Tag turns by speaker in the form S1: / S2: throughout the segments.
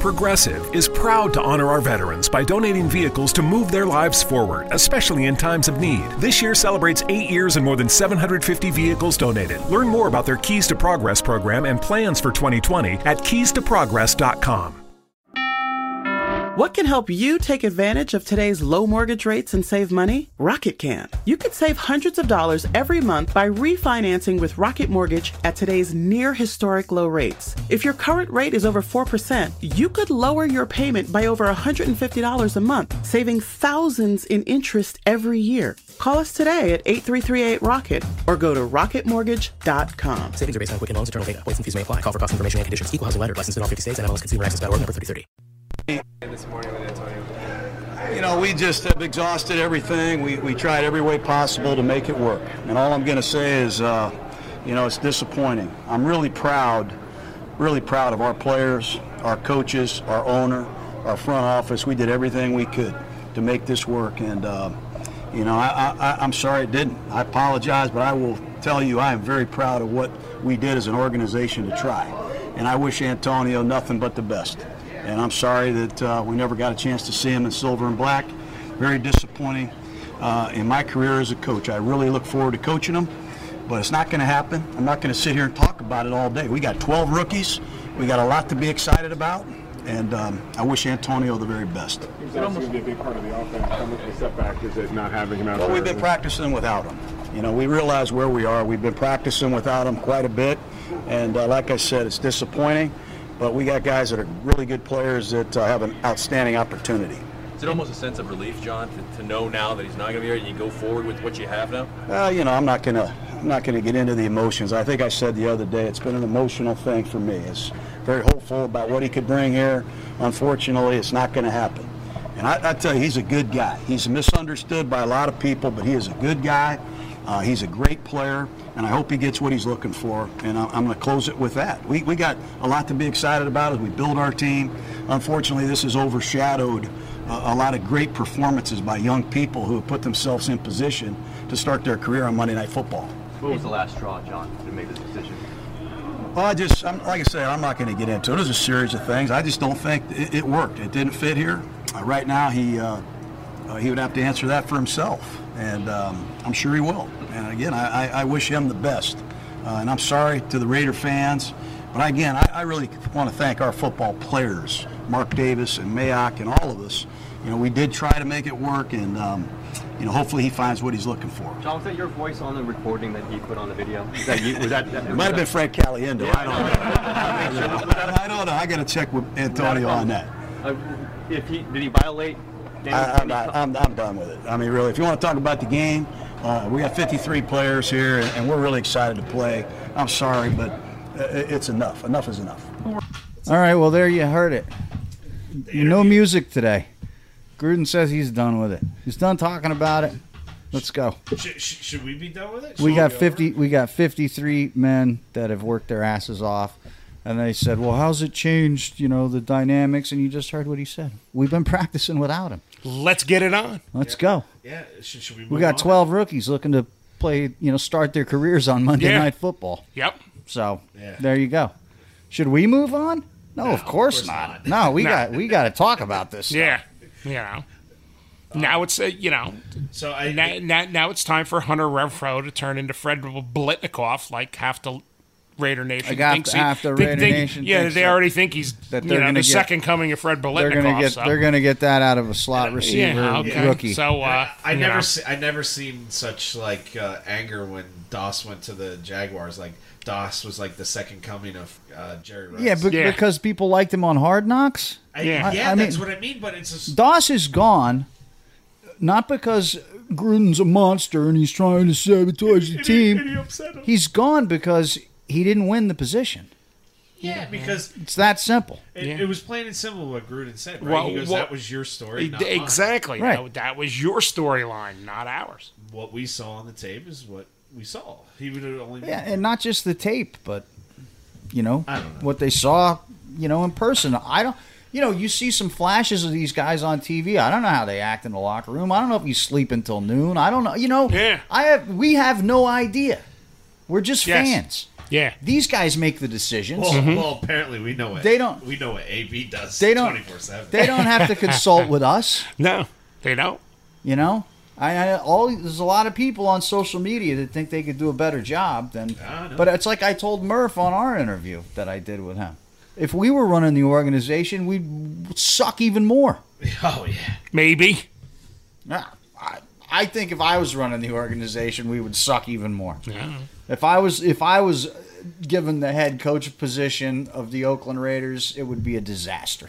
S1: Progressive is proud to honor our veterans by donating vehicles to move their lives forward, especially in times of need. This year celebrates eight years and more than 750 vehicles donated. Learn more about their Keys to Progress program and plans for 2020 at keystoprogress.com.
S2: What can help you take advantage of today's low mortgage rates and save money? Rocket can. You could save hundreds of dollars every month by refinancing with Rocket Mortgage at today's near historic low rates. If your current rate is over 4%, you could lower your payment by over $150 a month, saving thousands in interest every year. Call us today at 8338 Rocket or go to rocketmortgage.com.
S3: Savings are based on quick and loans, internal data. Points and fees may apply. Call for cost information and conditions. Equal housing lender. Licensed in all 50 states and MLSconsumerAccess.org number 3030.
S4: this morning with Antonio.
S5: You know, we just have exhausted everything. We, we tried every way possible to make it work. And all I'm going to say is, uh, you know, it's disappointing. I'm really proud, really proud of our players, our coaches, our owner, our front office. We did everything we could to make this work. And, uh, you know, I, I, I'm sorry it didn't. I apologize, but I will tell you I am very proud of what we did as an organization to try. And I wish Antonio nothing but the best. And I'm sorry that uh, we never got a chance to see him in silver and black. Very disappointing uh, in my career as a coach. I really look forward to coaching him, but it's not going to happen. I'm not going to sit here and talk about it all day. We got 12 rookies. We got a lot to be excited about. And um, I wish Antonio the very best.
S4: He's also going to be a big part of the offense. How much of a setback is it not having him out
S5: Well,
S4: there?
S5: we've been practicing without him. You know, we realize where we are. We've been practicing without him quite a bit, and uh, like I said, it's disappointing. But we got guys that are really good players that uh, have an outstanding opportunity.
S6: Is it almost a sense of relief, John, to, to know now that he's not going to be here and you go forward with what you have now?
S5: Uh, you know, I'm not gonna, I'm not gonna get into the emotions. I think I said the other day, it's been an emotional thing for me. It's very hopeful about what he could bring here. Unfortunately, it's not gonna happen. And I, I tell you, he's a good guy. He's misunderstood by a lot of people, but he is a good guy. Uh, he's a great player, and I hope he gets what he's looking for. And I, I'm going to close it with that. We, we got a lot to be excited about as we build our team. Unfortunately, this has overshadowed uh, a, a lot of great performances by young people who have put themselves in position to start their career on Monday Night Football.
S7: What was the last straw, John, to make this decision?
S5: Well, I just, I'm, like I said, I'm not going to get into it. There's a series of things. I just don't think it, it worked. It didn't fit here. Uh, right now, he uh, uh, he would have to answer that for himself, and um, I'm sure he will. And again, I, I, I wish him the best. Uh, and I'm sorry to the Raider fans, but again, I, I really want to thank our football players, Mark Davis and Mayock, and all of us. You know, we did try to make it work, and um, you know, hopefully he finds what he's looking for.
S7: John, was that your voice on the recording that he put on the video? Was that you? Was that?
S5: It might have been Frank Caliendo. I don't know. I don't know. I got to check with Antonio on that.
S7: Uh, if he did he violate? any-
S5: I, I'm,
S7: any-
S5: not, I'm, I'm done with it. I mean, really, if you want to talk about the game, uh, we got 53 players here, and, and we're really excited to play. I'm sorry, but uh, it- it's enough. Enough is enough.
S8: All right, well there you heard it. No music today. Gruden says he's done with it. He's done talking about it. Let's go.
S9: Should, should, should we be done with it?
S8: We
S9: Should
S8: got
S9: be over
S8: fifty.
S9: it?
S8: We got fifty-three men that have worked their asses off, and they said, "Well, how's it changed? You know the dynamics." And you just heard what he said. We've been practicing without him.
S9: Let's get it on.
S8: Let's go.
S9: Yeah. Should, should we?
S8: We
S9: move
S8: got
S9: on?
S8: twelve rookies looking to play. You know, start their careers on Monday
S9: Yeah.
S8: Night Football.
S9: Yep.
S8: So
S9: Yeah.
S8: there you go. Should we move on? No, of course, not. No, we got we got to talk about this.
S9: Yeah. You know. Now it's uh, you know
S2: So I,
S9: now, now now it's time for Hunter Renfro to turn into Fred Blitnikoff like half the Raider Nation
S5: I got
S9: thinks he,
S5: half the
S9: they-
S5: Raider
S9: they-
S5: Nation
S9: Yeah,
S5: thinks
S9: they
S5: that-
S9: already think he's
S5: that
S9: you
S5: they're
S9: know, the
S5: gonna get-
S9: second coming of Fred Belitnikov.
S5: They're gonna get
S9: so.
S5: they're gonna get that out of a slot receiver
S9: yeah, okay.
S5: rookie.
S9: So uh,
S7: I
S9: you
S7: never,
S9: know.
S7: se- I never seen such like uh, anger when Doss went to the Jaguars. Like Doss was like the second coming of uh, Jerry Rice.
S5: yeah, but, because people liked him on Hard Knocks.
S9: Uh,
S7: I- yeah, that's what I mean. But it's just
S5: Doss is gone, not because Gruden's a monster and he's trying to sabotage the team. He's gone because he didn't win the position.
S7: yeah, because
S5: It's that simple.
S7: it, it was plain and simple what Gruden said. Right?
S9: Well,
S7: he goes,
S9: well-
S7: "That was your story, not mine."
S9: exactly.
S5: Right.
S9: That, that was your storyline, not ours.
S7: What we saw on the tape is what we saw. He would have only
S5: Yeah, and not just the tape, but you know,
S7: I don't know.
S5: what they saw, you know, in person. I don't you know, you see some flashes of these guys on TV. I don't know how they act in the locker room. I don't know if you sleep until noon. I don't know. You know, yeah. I have we have no idea. We're just
S7: Yes.
S5: fans.
S9: Yeah.
S5: These guys make the decisions.
S7: Well, well, apparently we know it.
S5: They don't-
S7: We know what AB does.
S5: They don't-
S7: 24/7.
S5: They don't have to consult with us.
S9: No, they don't.
S5: You know, I, I all there's a lot of people on social media that think they could do a better job than.
S7: I know.
S5: But it's like I told Murph on our interview that I did with him. If we were running the organization, we'd suck even more.
S7: Oh yeah.
S9: Maybe.
S5: Yeah, I, I think if I was running the organization, we would suck even more.
S9: Yeah.
S5: If I was if I was given the head coach position of the Oakland Raiders, it would be a disaster.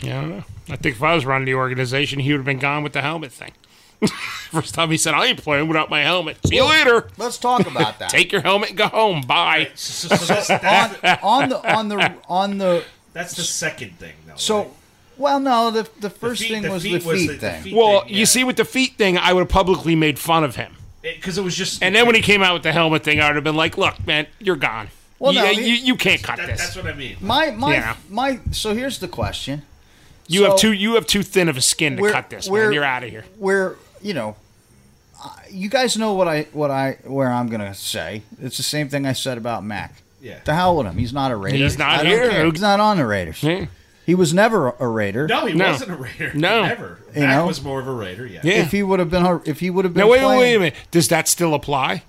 S9: Yeah, I don't know. I think if I was running the organization, he would have been gone with the helmet thing. First time he said, "I ain't playing without my helmet." See you later.
S5: Let's talk about that.
S9: Take your helmet and go home. Bye.
S7: So, so that's, that's, the,
S5: on the on the on the
S7: that's the second thing, though.
S5: so. Well, no. The the first
S7: feet-
S5: thing
S7: the
S5: was
S7: feet
S5: the
S7: was
S5: feet
S7: the- the
S5: thing.
S7: feet
S9: Well,
S7: thing,
S9: you see, with the feet thing, I would have publicly made fun of him.
S7: because it was just
S9: And then when he came out with the helmet thing, I would have been like, "Look, man, you're gone.
S5: Well,
S9: you,
S5: no,
S9: you,
S5: he-
S9: you can't cut
S7: that,
S9: this.
S7: that's what I mean.
S5: My my
S9: Yeah.
S5: my. So here's the question.
S9: you have
S5: so-
S9: too you have too thin of a skin to
S5: We're-
S9: cut this,
S5: we're-
S9: man. You're out of here."
S5: Where you know, I- you guys know what I what I where I'm gonna say. It's the same thing I said about Mac.
S7: Yeah.
S5: To hell with him. He's not a Raider.
S9: He's not
S5: I don't
S9: here.
S5: care. He's not on the Raiders.
S9: Yeah.
S5: He was never a Raider.
S7: No, he
S9: No.
S7: wasn't a Raider.
S9: No.
S7: never.
S5: You
S7: Mac
S5: know?
S7: was more of a Raider. Yeah.
S9: Yeah.
S5: If he would have been, a- if he would have been.
S9: Now wait, wait,
S5: playing,
S9: wait a minute. Does that still apply?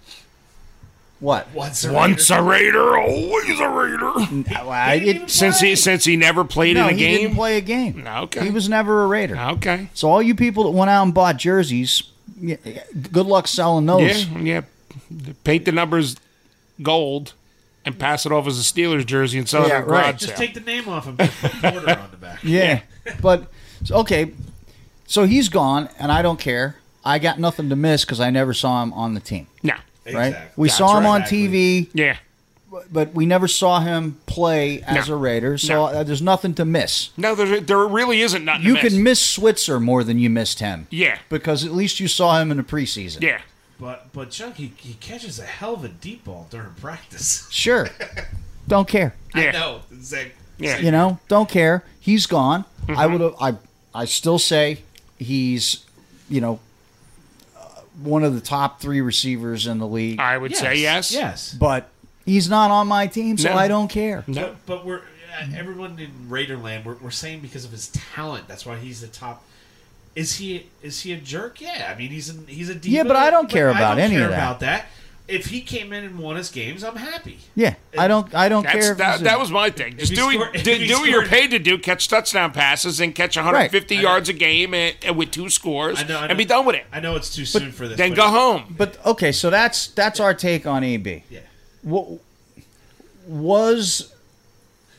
S5: What?
S7: Once a
S9: Once
S7: Raider.
S9: a Raider, always a Raider.
S5: Well, I-
S7: He didn't even
S5: it-
S9: Since he since he never played
S5: no,
S9: in a
S5: he
S9: game.
S5: didn't play a game.
S9: Okay.
S5: He was never a Raider.
S9: okay.
S5: So all you people that went out and bought jerseys, yeah, good luck selling those.
S9: Yeah, yeah. Paint the numbers gold and pass it off as a Steelers jersey and sell it
S5: Yeah,
S9: at a garage
S5: right.
S9: sale.
S7: Just take the name off him. Put Porter on the back.
S5: Yeah. but so, okay, so he's gone, and I don't care. I got nothing to miss because I never saw him on the team.
S9: no.
S5: Right?
S7: Exactly.
S5: We
S7: That's
S5: saw him
S7: right.
S5: on
S7: Exactly.
S5: TV,
S9: Yeah.
S5: but we never saw him play as
S9: No.
S5: a Raider. So uh, there's nothing to miss.
S9: No, there, there really isn't nothing.
S5: You
S9: to miss.
S5: can miss Switzer more than you missed him.
S9: Yeah.
S5: Because at least you saw him in the preseason.
S9: Yeah.
S7: But but Chuck, he, he catches a hell of a deep ball during practice.
S5: Sure. don't care.
S9: Yeah.
S7: I know. Zach,
S9: Yeah.
S5: You know, don't care. He's gone. I
S9: Mm-hmm.
S5: would have. I I still say he's, you know, uh, one of the top three receivers in the league.
S9: I would say yes.
S7: Yes.
S5: but he's not on my team, so
S9: No.
S5: I don't care.
S9: No.
S7: But, but we're uh, everyone in Raiderland. We're, we're saying because of his talent. That's why he's the top. Is he is he a jerk? Yeah, I mean he's an, he's a diva,
S5: Yeah, but I don't care about
S7: don't
S5: any of
S7: care
S5: that.
S7: About that, if he came in and won us games, I'm happy.
S5: Yeah, I don't. I don't
S9: That's,
S5: care. if
S9: that,
S5: he's a-
S9: that was my thing. Just
S7: he
S9: do,
S7: scored-
S9: do,
S7: if
S9: do
S7: he
S9: what you're
S7: scored-
S9: paid to do: catch touchdown passes and catch 150 yards a game and, and with two scores
S7: I know, I know.
S9: and be done with it.
S7: I know it's too soon for this.
S9: Then
S7: but-
S9: go home.
S5: But okay, so that's that's our take on E AB.
S7: Yeah.
S5: What was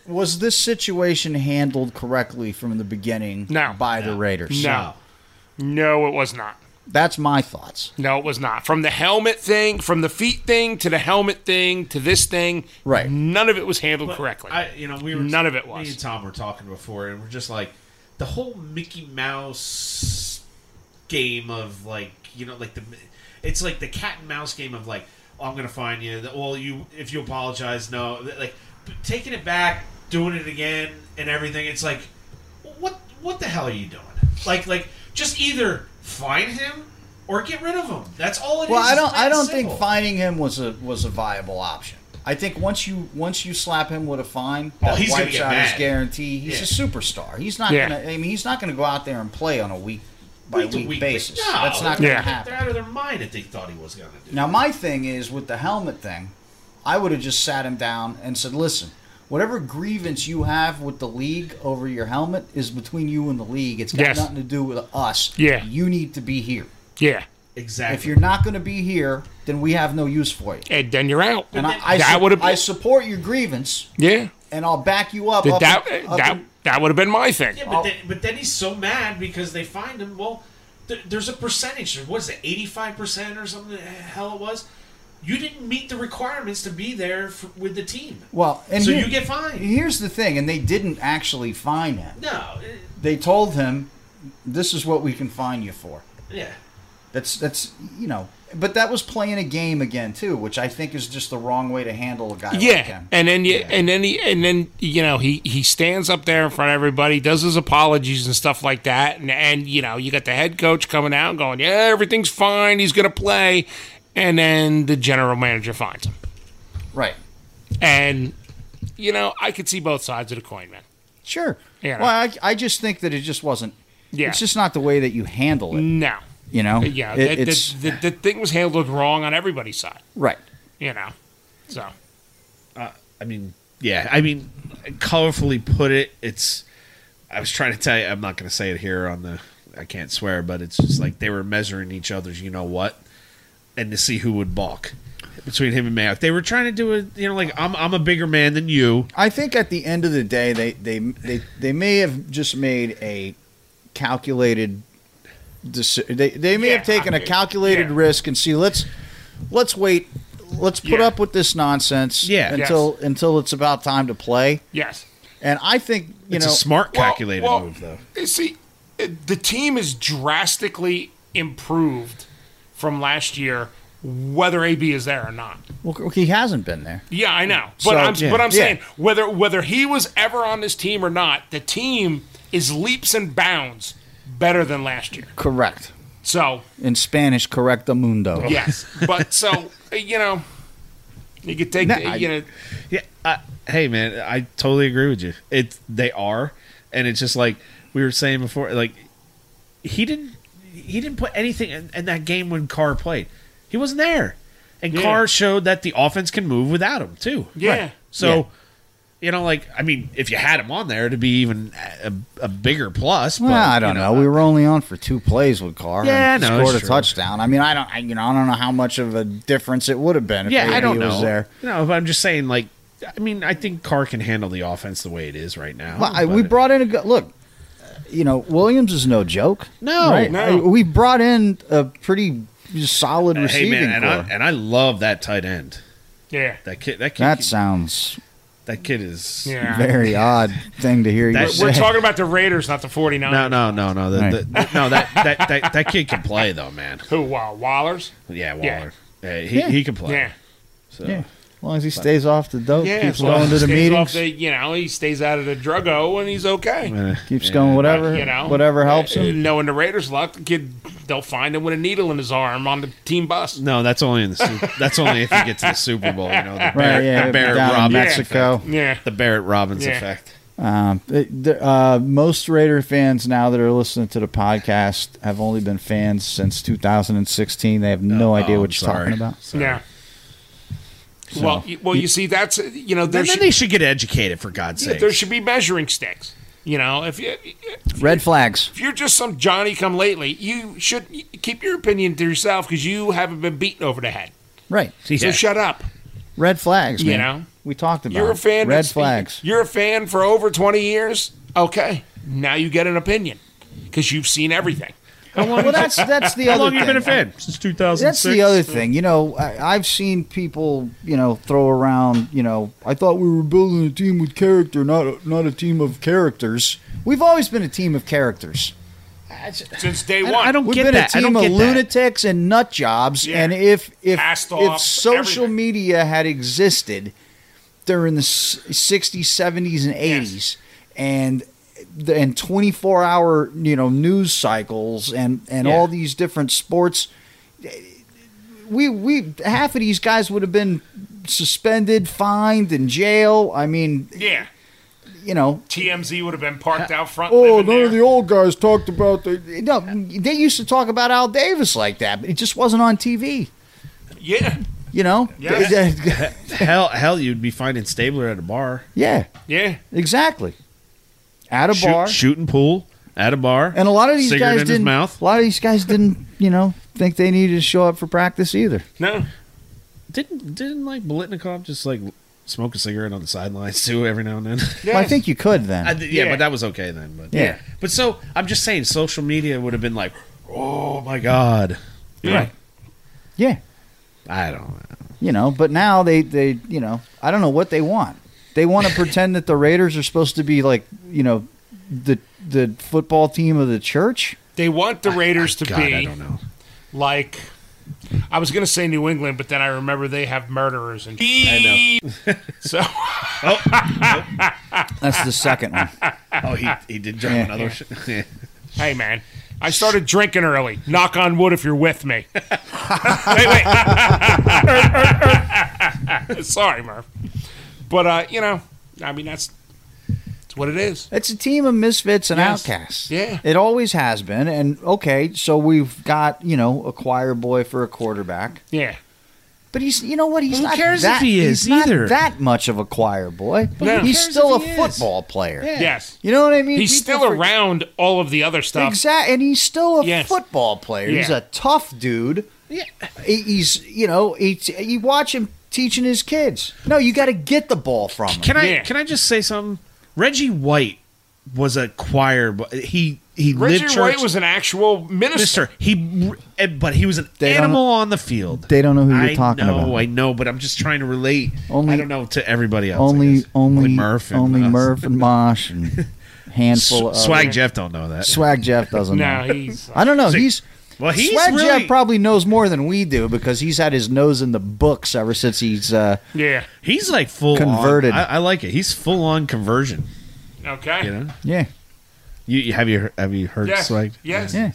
S5: was this situation handled correctly from the beginning?
S9: No.
S5: by the Raiders.
S9: No, no, it was not.
S5: that's my thoughts.
S9: No, it was not. From the helmet thing, from the feet thing to the helmet thing to this thing,
S5: Right.
S9: None of it was handled
S7: But
S9: correctly.
S7: I, you know, we were
S9: None of it
S7: Me and
S9: was.
S7: Tom were talking before, and we're just like the whole Mickey Mouse game of like you know, like the it's like the cat and mouse game of like oh, I'm gonna find you. The- Well, you if you apologize, no, like taking it back, doing it again, and everything. It's like what what the hell are you doing? Like like just either find him or get rid of him. That's all it is.
S5: Well, I
S7: It's
S5: don't.
S7: plain
S5: I don't
S7: and
S5: think
S7: simple.
S5: finding him was a was a viable option. I think once you once you slap him with a fine,
S7: Oh,
S5: that
S7: he's gonna
S5: wipes
S7: get
S5: out his
S7: mad.
S5: guarantee. He's
S7: Yeah.
S5: a superstar. He's not
S9: Yeah.
S5: gonna. I mean, he's not gonna go out there and play on a week by
S7: Week
S5: week,
S7: to week, but
S5: basis.
S7: no,
S5: That's not gonna
S9: Yeah.
S5: happen.
S7: They're out of their mind if they thought he was gonna do.
S5: Now, my thing is with the helmet thing. I would have just sat him down and said, "Listen, whatever grievance you have with the league over your helmet is between you and the league. It's got
S9: Yes.
S5: nothing to do with us.
S9: Yeah.
S5: you need to be here.
S9: Yeah.
S7: Exactly.
S5: If you're not going to be here, then we have no use for you.
S9: And then you're out.
S5: And I, I,
S9: that
S5: su-
S9: would have
S5: I
S9: been.
S5: support your grievance,
S9: yeah.
S5: and I'll back you up.
S9: That
S5: up
S9: that,
S5: in- up
S9: that,
S5: in-
S9: that would have been my thing.
S7: Yeah, but, then, but then he's so mad because they find him. Well, th- there's a percentage. What is it, eighty-five percent or something? the Hell, it was. You didn't meet the requirements to be there f with the team.
S5: well, and
S7: so
S5: here-
S7: you get fined.
S5: Here's the thing, and they didn't actually fine him.
S7: No, eh,
S5: They told him, "This is what we can fine you for."
S7: yeah.
S5: That's that's you know, but that was playing a game again too, which I think is just the wrong way to handle a guy. like
S9: Yeah,
S5: him.
S9: and then you, and then he, and then you know he he stands up there in front of everybody, does his apologies and stuff like that, and and you know you got the head coach coming out and going, yeah, everything's fine, he's gonna play, and then the general manager finds him,
S5: right?
S9: And you know I could see both sides of the coin, man.
S5: Sure.
S9: Yeah.
S5: Well, I, I just think that it just wasn't.
S9: Yeah.
S5: It's just not the way that you handle it.
S9: No.
S5: You know.
S9: Yeah,
S5: It-
S9: the,
S5: it's
S9: the, the, the thing was handled wrong on everybody's side,
S5: right.
S9: you know. So
S7: Uh, I mean,
S4: Yeah, I mean, colorfully put it. It's. I was trying to tell you. I'm not going to say it here on the. I can't swear, but it's just like they were measuring each other's. You know what? And to see who would balk between him and Mayock. They were trying to do it. You know, like I'm. I'm a bigger man than you.
S5: I think at the end of the day, they they they, they may have just made a calculated. Deci- they they may have taken a calculated risk and see let's let's wait let's put
S9: Yeah.
S5: up with this nonsense
S9: Yeah.
S5: until until it's about time to play
S9: yes,
S5: and I think you
S9: It's a
S5: know
S9: smart Well, calculated well, move, though. You see, the team is drastically improved from last year, whether AB is there or not.
S5: Well, he hasn't been there.
S9: Yeah, I know, but
S5: So,
S9: I'm
S5: yeah.
S9: but I'm
S5: Yeah.
S9: saying whether whether he was ever on this team or not, the team is leaps and bounds better than last year.
S5: Correct.
S9: So
S5: In Spanish, correcto mundo.
S9: yes, but so you know, you could take
S4: Nah,
S9: the, you know
S4: Yeah. I, hey, man, I totally agree with you. It they are, and it's just like we were saying before. Like he didn't he didn't put anything in, in that game when Carr played. He wasn't there, and
S9: Yeah.
S4: Carr showed that the offense can move without him too.
S9: Yeah.
S4: So.
S9: Yeah.
S4: You know, like I mean, if you had him on there, it'd be even a, a bigger plus.
S5: Well,
S4: but,
S5: I
S4: you
S5: don't know. We were only on for two plays with Carr.
S4: Yeah,
S5: and
S4: I know,
S5: scored
S4: it's
S5: a
S4: true.
S5: touchdown. I mean, I don't, I, you know, I don't know how much of a difference it would have been if
S4: yeah,
S5: AB
S4: I don't know.
S5: was there.
S4: No, but I'm just saying, like, I mean, I think Carr can handle the offense the way it is right now.
S5: Well, I, we brought in a go- look. You know, Williams is no joke.
S4: No, no.
S5: I- we brought in a pretty solid
S4: Uh,
S5: receiving
S4: hey man, and I,
S5: core.
S4: and I love that tight end.
S9: Yeah,
S4: that kid. That kid.
S5: that sounds
S4: that kid is
S9: Yeah.
S5: very odd thing to hear you
S9: we're,
S5: say.
S9: we're talking about the Raiders, not the 49ers.
S4: No, no, no, no. The,
S5: Right.
S4: the- the- no, that, that, that that kid can play though, man.
S9: Who? Wow, Wallers.
S4: Yeah,
S9: Yeah.
S4: Waller. Yeah, he,
S9: Yeah.
S4: he can play.
S9: Yeah.
S4: So.
S5: Yeah. As long as he stays off the dope,
S9: Yeah,
S5: keeps
S9: as long
S5: going
S9: as
S5: to the
S9: he stays
S5: meetings,
S9: off the- you know, he stays out of the druggo and he's okay.
S5: keeps going whatever,
S9: you know,
S5: whatever helps
S9: Uh,
S5: him.
S9: Knowing the Raiders' luck, the kid they'll find him with a needle in his arm on the team bus.
S4: No, that's only in the Sup- that's only if you get to the Super Bowl. You know, the Barrett,
S5: yeah,
S4: the Barrett
S5: down in
S4: Robbins
S5: Mexico.
S4: effect.
S9: Yeah,
S4: the Barrett Robbins
S9: Yeah.
S4: effect.
S5: Um, it- the- uh, most Raider fans now that are listening to the podcast have only been fans since 2016. They have no idea
S4: oh,
S5: what you're
S4: sorry.
S5: talking about.
S9: Yeah.
S4: So-
S9: Well, you, well, you see, that's uh, you know, there
S4: Then, then
S9: should,
S4: they should get educated for God's
S9: yeah,
S4: sake.
S9: there should be measuring sticks. You know, if you
S5: Red flags.
S9: if you're just some Johnny come lately, you should keep your opinion to yourself because you haven't been beaten over the head.
S5: Right.
S9: So shut up.
S5: Red flags,
S9: You
S5: man.
S9: know?
S5: We talked about
S9: You're a
S5: it.
S9: fan.
S5: Red
S9: that's-
S5: flags.
S9: You're a fan for over 20 years. Okay, now you get an opinion because you've seen everything.
S5: well, that's that's the
S4: How
S5: other
S4: long you been a
S5: thing.
S4: fan since 2006?
S5: That's the other thing. You know, I, I've seen people, you know, throw around, you know, I thought we were building a team with character, not a, not a team of characters. We've always been a team of characters.
S9: Since day one,
S4: I don't
S5: We've
S4: get
S5: been
S4: that.
S5: a
S4: I don't
S5: team of
S4: get that.
S5: lunatics and nut jobs,
S9: Yeah.
S5: and if if
S9: Passed
S5: if
S9: off
S5: social media had existed during the s- 60s, 70s, and 80s, and the, and 24 hour you know news cycles and and
S4: Yeah.
S5: all these different sports, we we half of these guys would have been suspended, fined, in jail. I mean,
S9: Yeah.
S5: you know,
S9: TMZ would have been parked out front.
S5: Oh,
S9: Oh,
S5: none of the old guys talked about the. No, they used to talk about Al Davis like that, but it just wasn't on TV.
S9: yeah.
S5: You know?
S4: Yeah. hell, hell, you'd be finding Stabler at a bar.
S5: Yeah.
S9: Yeah.
S5: Exactly. At a
S4: Shoot-
S5: bar.
S4: shooting pool at a bar,
S5: And a lot of these
S4: cigarette
S5: guys
S4: in his
S5: didn't.
S4: mouth.
S5: A lot of these guys didn't, you know, think they needed to show up for practice either.
S9: No,
S4: didn't didn't like Blitnikov just like smoke a cigarette on the sidelines too every now and then.
S5: Well, I think you could then.
S4: I th- yeah, but that was okay then. But
S5: Yeah.
S4: but so I'm just saying, social media would have been like, oh my god,
S5: Yeah. Right. Yeah.
S4: I don't. know.
S5: You know, but now they they you know I don't know what they want. They want to pretend that the Raiders are supposed to be like you know the the football team of the church.
S9: They want the Raiders to
S5: God,
S9: be.
S5: I don't know.
S9: Like, I was going to say New England, but then I remember they have murderers and.
S4: I
S9: know. so.
S5: That's the second one.
S4: Oh, he he did drop
S9: Yeah.
S4: another.
S9: hey man, I started drinking early. Knock on wood if you're with me. wait, wait. Sorry, Murph. But uh, you know, I mean that's that's what it is.
S5: It's a team of misfits and
S9: Yes.
S5: outcasts.
S9: Yeah.
S5: It always has been. And okay, so we've got you know a choir boy for a quarterback.
S9: Yeah.
S5: But he's, you know what? He's
S4: Who
S5: not
S4: cares
S5: that,
S4: if he is
S5: he's not
S4: either?
S5: that much of a choir boy.
S4: But No. who
S5: He's
S4: cares
S5: still a
S4: if he is?
S5: football player.
S4: Yeah.
S9: Yes.
S5: You know what I mean?
S9: He's
S5: People
S9: still
S5: forget-
S9: around all of the other stuff.
S5: Exactly, and he's still a football player. He's
S9: Yeah.
S5: a tough dude.
S4: Yeah,
S5: He- he's you know he, you watch him teaching his kids. No, you got to get the ball from him.
S4: Can I can I just say something? Reggie White was a choir. bo- He he
S9: Richard
S4: lived
S9: White
S4: church-
S9: was an actual
S4: Mister,
S9: minister.
S4: he, eh, but he was an
S5: don't-
S4: animal on the field.
S5: They don't know who you're
S4: I
S5: talking
S4: know,
S5: about.
S4: I know, but I'm just trying to relate.
S5: Only-
S4: I don't know to everybody else. I
S5: Only
S4: guess.
S5: only
S4: Murph and
S5: only uh,
S4: us.
S5: Murph and Mosh and handful of
S4: S- Swag Jeff don't know that.
S5: Swag Jeff doesn't
S4: No,
S5: know.
S4: he's-
S9: uh,
S5: I don't know.
S4: See,
S5: He's
S4: well, he's
S5: Swag
S4: really-
S5: Jeff probably knows more than we do because he's had his nose in the books ever since he's uh,
S9: Yeah.
S4: He's like full
S5: Converted.
S4: On, I, I like it. He's full on conversion.
S9: Okay.
S4: You know.
S5: Yeah.
S4: You, you- have you have you heard
S9: Yeah.
S4: Swag?
S9: Yes.
S5: Yeah.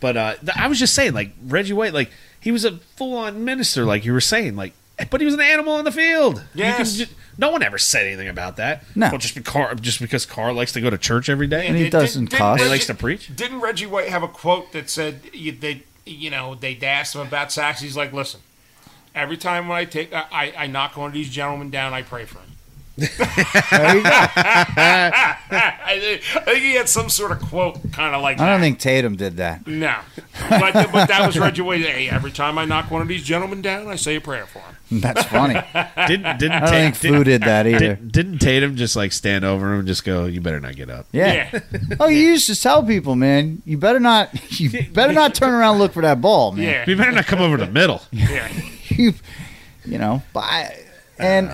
S4: But uh, th- I was just saying, like Reggie White, like he was a full on minister, like you were saying, like. But he was an animal on the field. You can
S9: Yes.
S4: ju- no one ever said anything about that.
S5: No.
S4: Well, just because just because Carr likes to go to church every day,
S5: And he Did- did- doesn't did cuss.
S4: He
S5: Reggie-
S4: likes to preach.
S9: Didn't Reggie White have a quote that said you, they, you know, they asked him about sacks? He's like, "Listen, every time when I take, I, I, I knock one of these gentlemen down, I pray for him." I, think- I think he had some sort of quote, kind of like
S5: I don't
S9: that.
S5: think Tatum did that.
S9: No, but, but that was Reggie White. Hey, every time I knock one of these gentlemen down, I say a prayer for him.
S5: That's funny.
S4: Didn't didn't
S5: I don't think
S4: Tatum-
S5: Fu did that either.
S4: Didn't Tatum just like stand over him and just go, "You better not get up."
S5: Yeah. oh, you used to tell people, man, you better not, you better not turn around and look for that ball, man.
S9: Yeah.
S4: You better not come over the middle.
S9: Yeah.
S5: you, you know, but I, and
S4: Uh,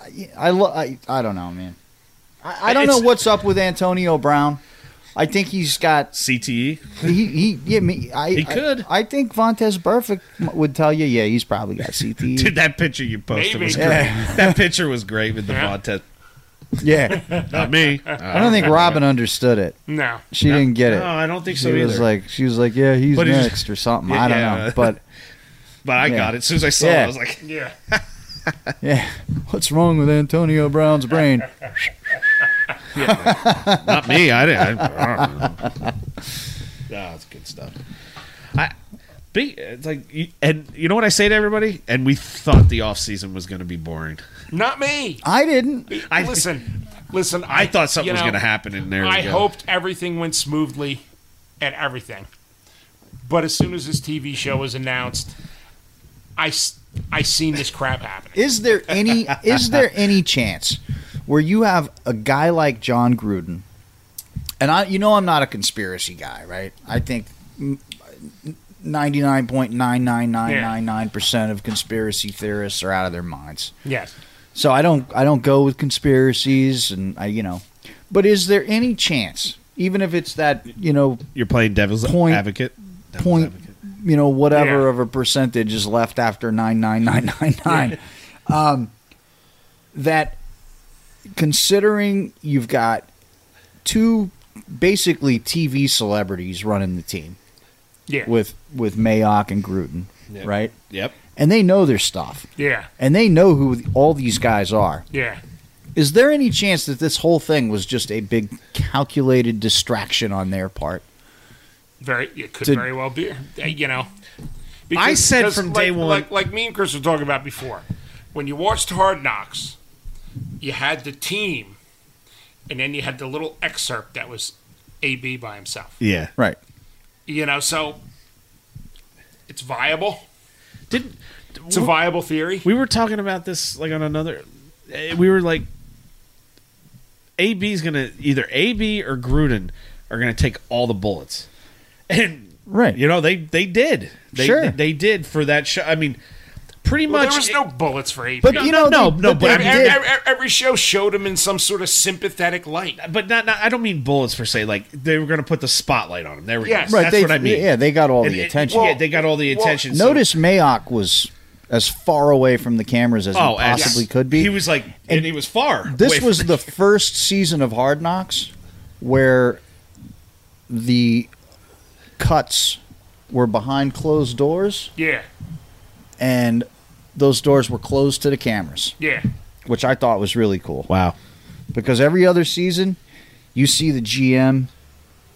S5: I, I, lo- I, I don't know, man. I, I don't know
S4: It's-
S5: what's up with Antonio Brown. I think he's got
S4: CTE.
S5: He, he, yeah, me, I,
S4: E." He
S5: I-
S4: could.
S5: I, think Vontez Burfict m- would tell you, yeah, he's probably got CTE.
S4: Dude, that picture you posted
S5: Maybe.
S4: was great.
S5: Yeah.
S4: That picture was great with the yeah.
S5: yeah,
S4: Not me.
S5: I don't think Robin understood it.
S9: No.
S5: she
S4: Uh, No.
S5: didn't get it.
S4: No, I don't think
S5: she
S4: so
S5: Was
S4: either.
S5: like, she was like, yeah, he's
S4: But he's-
S5: next or something. I don't
S4: Yeah.
S5: know, but
S4: But I
S5: Yeah.
S4: got it. As soon as I saw it,
S5: Yeah.
S4: I was like,
S9: "Yeah."
S5: yeah, what's wrong with Antonio Brown's brain?
S4: Not me. I didn't. I, I don't know. No, it's good stuff. I, be, it's like, you- and you know what I say to everybody? And we thought the off season was going to be boring.
S9: Not me.
S5: I didn't.
S9: I listen. Listen. I,
S4: I, thought something
S9: you
S4: was
S9: know,
S4: going to happen, and there
S9: I
S4: we go.
S9: hoped everything went smoothly at everything. But as soon as this TV show was announced, I, s- I seen this crap happen.
S5: Is there any is there any chance where you have a guy like John Gruden? And I you know I'm not a conspiracy guy, right? I think 99.99999% of conspiracy theorists are out of their minds.
S9: Yes.
S5: So I don't I don't go with conspiracies and I you know. But is there any chance even if it's that, you know,
S4: You're playing devil's
S5: Point-
S4: advocate. Devil's
S5: point,
S4: advocate.
S5: you know, whatever of a percentage is left after nine nine nine nine nine. Um, that considering you've got two basically TV celebrities running the team,
S9: Yeah.
S5: with with Mayock and Gruden,
S9: Yep.
S5: right?
S4: Yep.
S5: And they know their stuff,
S9: Yeah.
S5: and they know who all these guys are.
S9: Yeah.
S5: Is there any chance that this whole thing was just a big calculated distraction on their part?
S9: Very. It could
S5: Did-
S9: very well be. uh, You know.
S4: I said from day
S9: like-
S4: one-
S9: like, like me and Chris were talking about before, when you watched Hard Knocks, you had the team, and then you had the little excerpt that was AB by himself.
S4: Yeah. Right.
S9: You know, so it's viable.
S4: Didn't
S9: it's a viable theory?
S4: We were talking about this like on another. eh, We were like, AB's gonna either AB or Gruden are gonna take all the bullets, and right, you know they they did. They,
S9: Sure.
S4: they, did for that show. I mean, pretty
S9: Well,
S4: much.
S9: there was no bullets for AB.
S4: But, you know, No, they- no, but but
S9: every,
S4: they did.
S9: every, every show showed him in some sort of sympathetic light.
S4: but not, not. I don't mean bullets per se. Like they were gonna put the spotlight on him. There we
S9: Yes.
S4: go.
S9: Right,
S4: That's
S5: they-
S4: what I mean.
S5: yeah, they got all
S4: And-
S5: the
S4: and-
S5: attention.
S4: yeah, they got all the attention. so-
S5: Notice Mayock was as far away from the cameras as
S4: Oh,
S5: he
S4: as-
S5: possibly could be.
S4: He was like, and, he was far. away
S5: This
S4: from-
S5: was the first season of Hard Knocks where the cuts were behind closed doors
S9: Yeah,
S5: and those doors were closed to the cameras.
S9: yeah.
S5: which I thought was really cool.
S4: Wow.
S5: Because every other season, you see the GM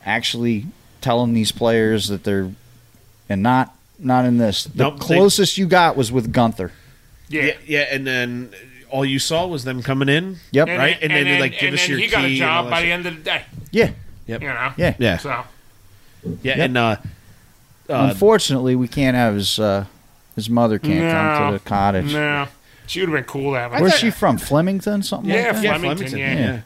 S5: actually telling these players that they're and not not in this. The
S4: Nope, they-
S5: closest you got was with Gunther.
S9: Yeah.
S4: yeah, and uh, then all you saw was them coming in.
S5: Yep.
S9: And-
S4: right, and, then they like
S9: and
S4: give us
S9: then
S4: your
S9: he
S4: key.
S9: got a
S4: and all
S9: job
S4: that
S9: by
S4: shit.
S9: the end of the day.
S5: Yeah.
S4: Yep.
S9: You know?
S5: Yeah. Yeah.
S9: So,
S4: Yeah, and uh, uh
S5: Unfortunately, we can't have his uh, his mother can't come
S9: No.
S5: to the cottage.
S9: No. She would have been cool to have.
S5: Where's she from? Flemington, something
S9: Yeah,
S5: like that.
S9: Flemington, yeah. Yeah.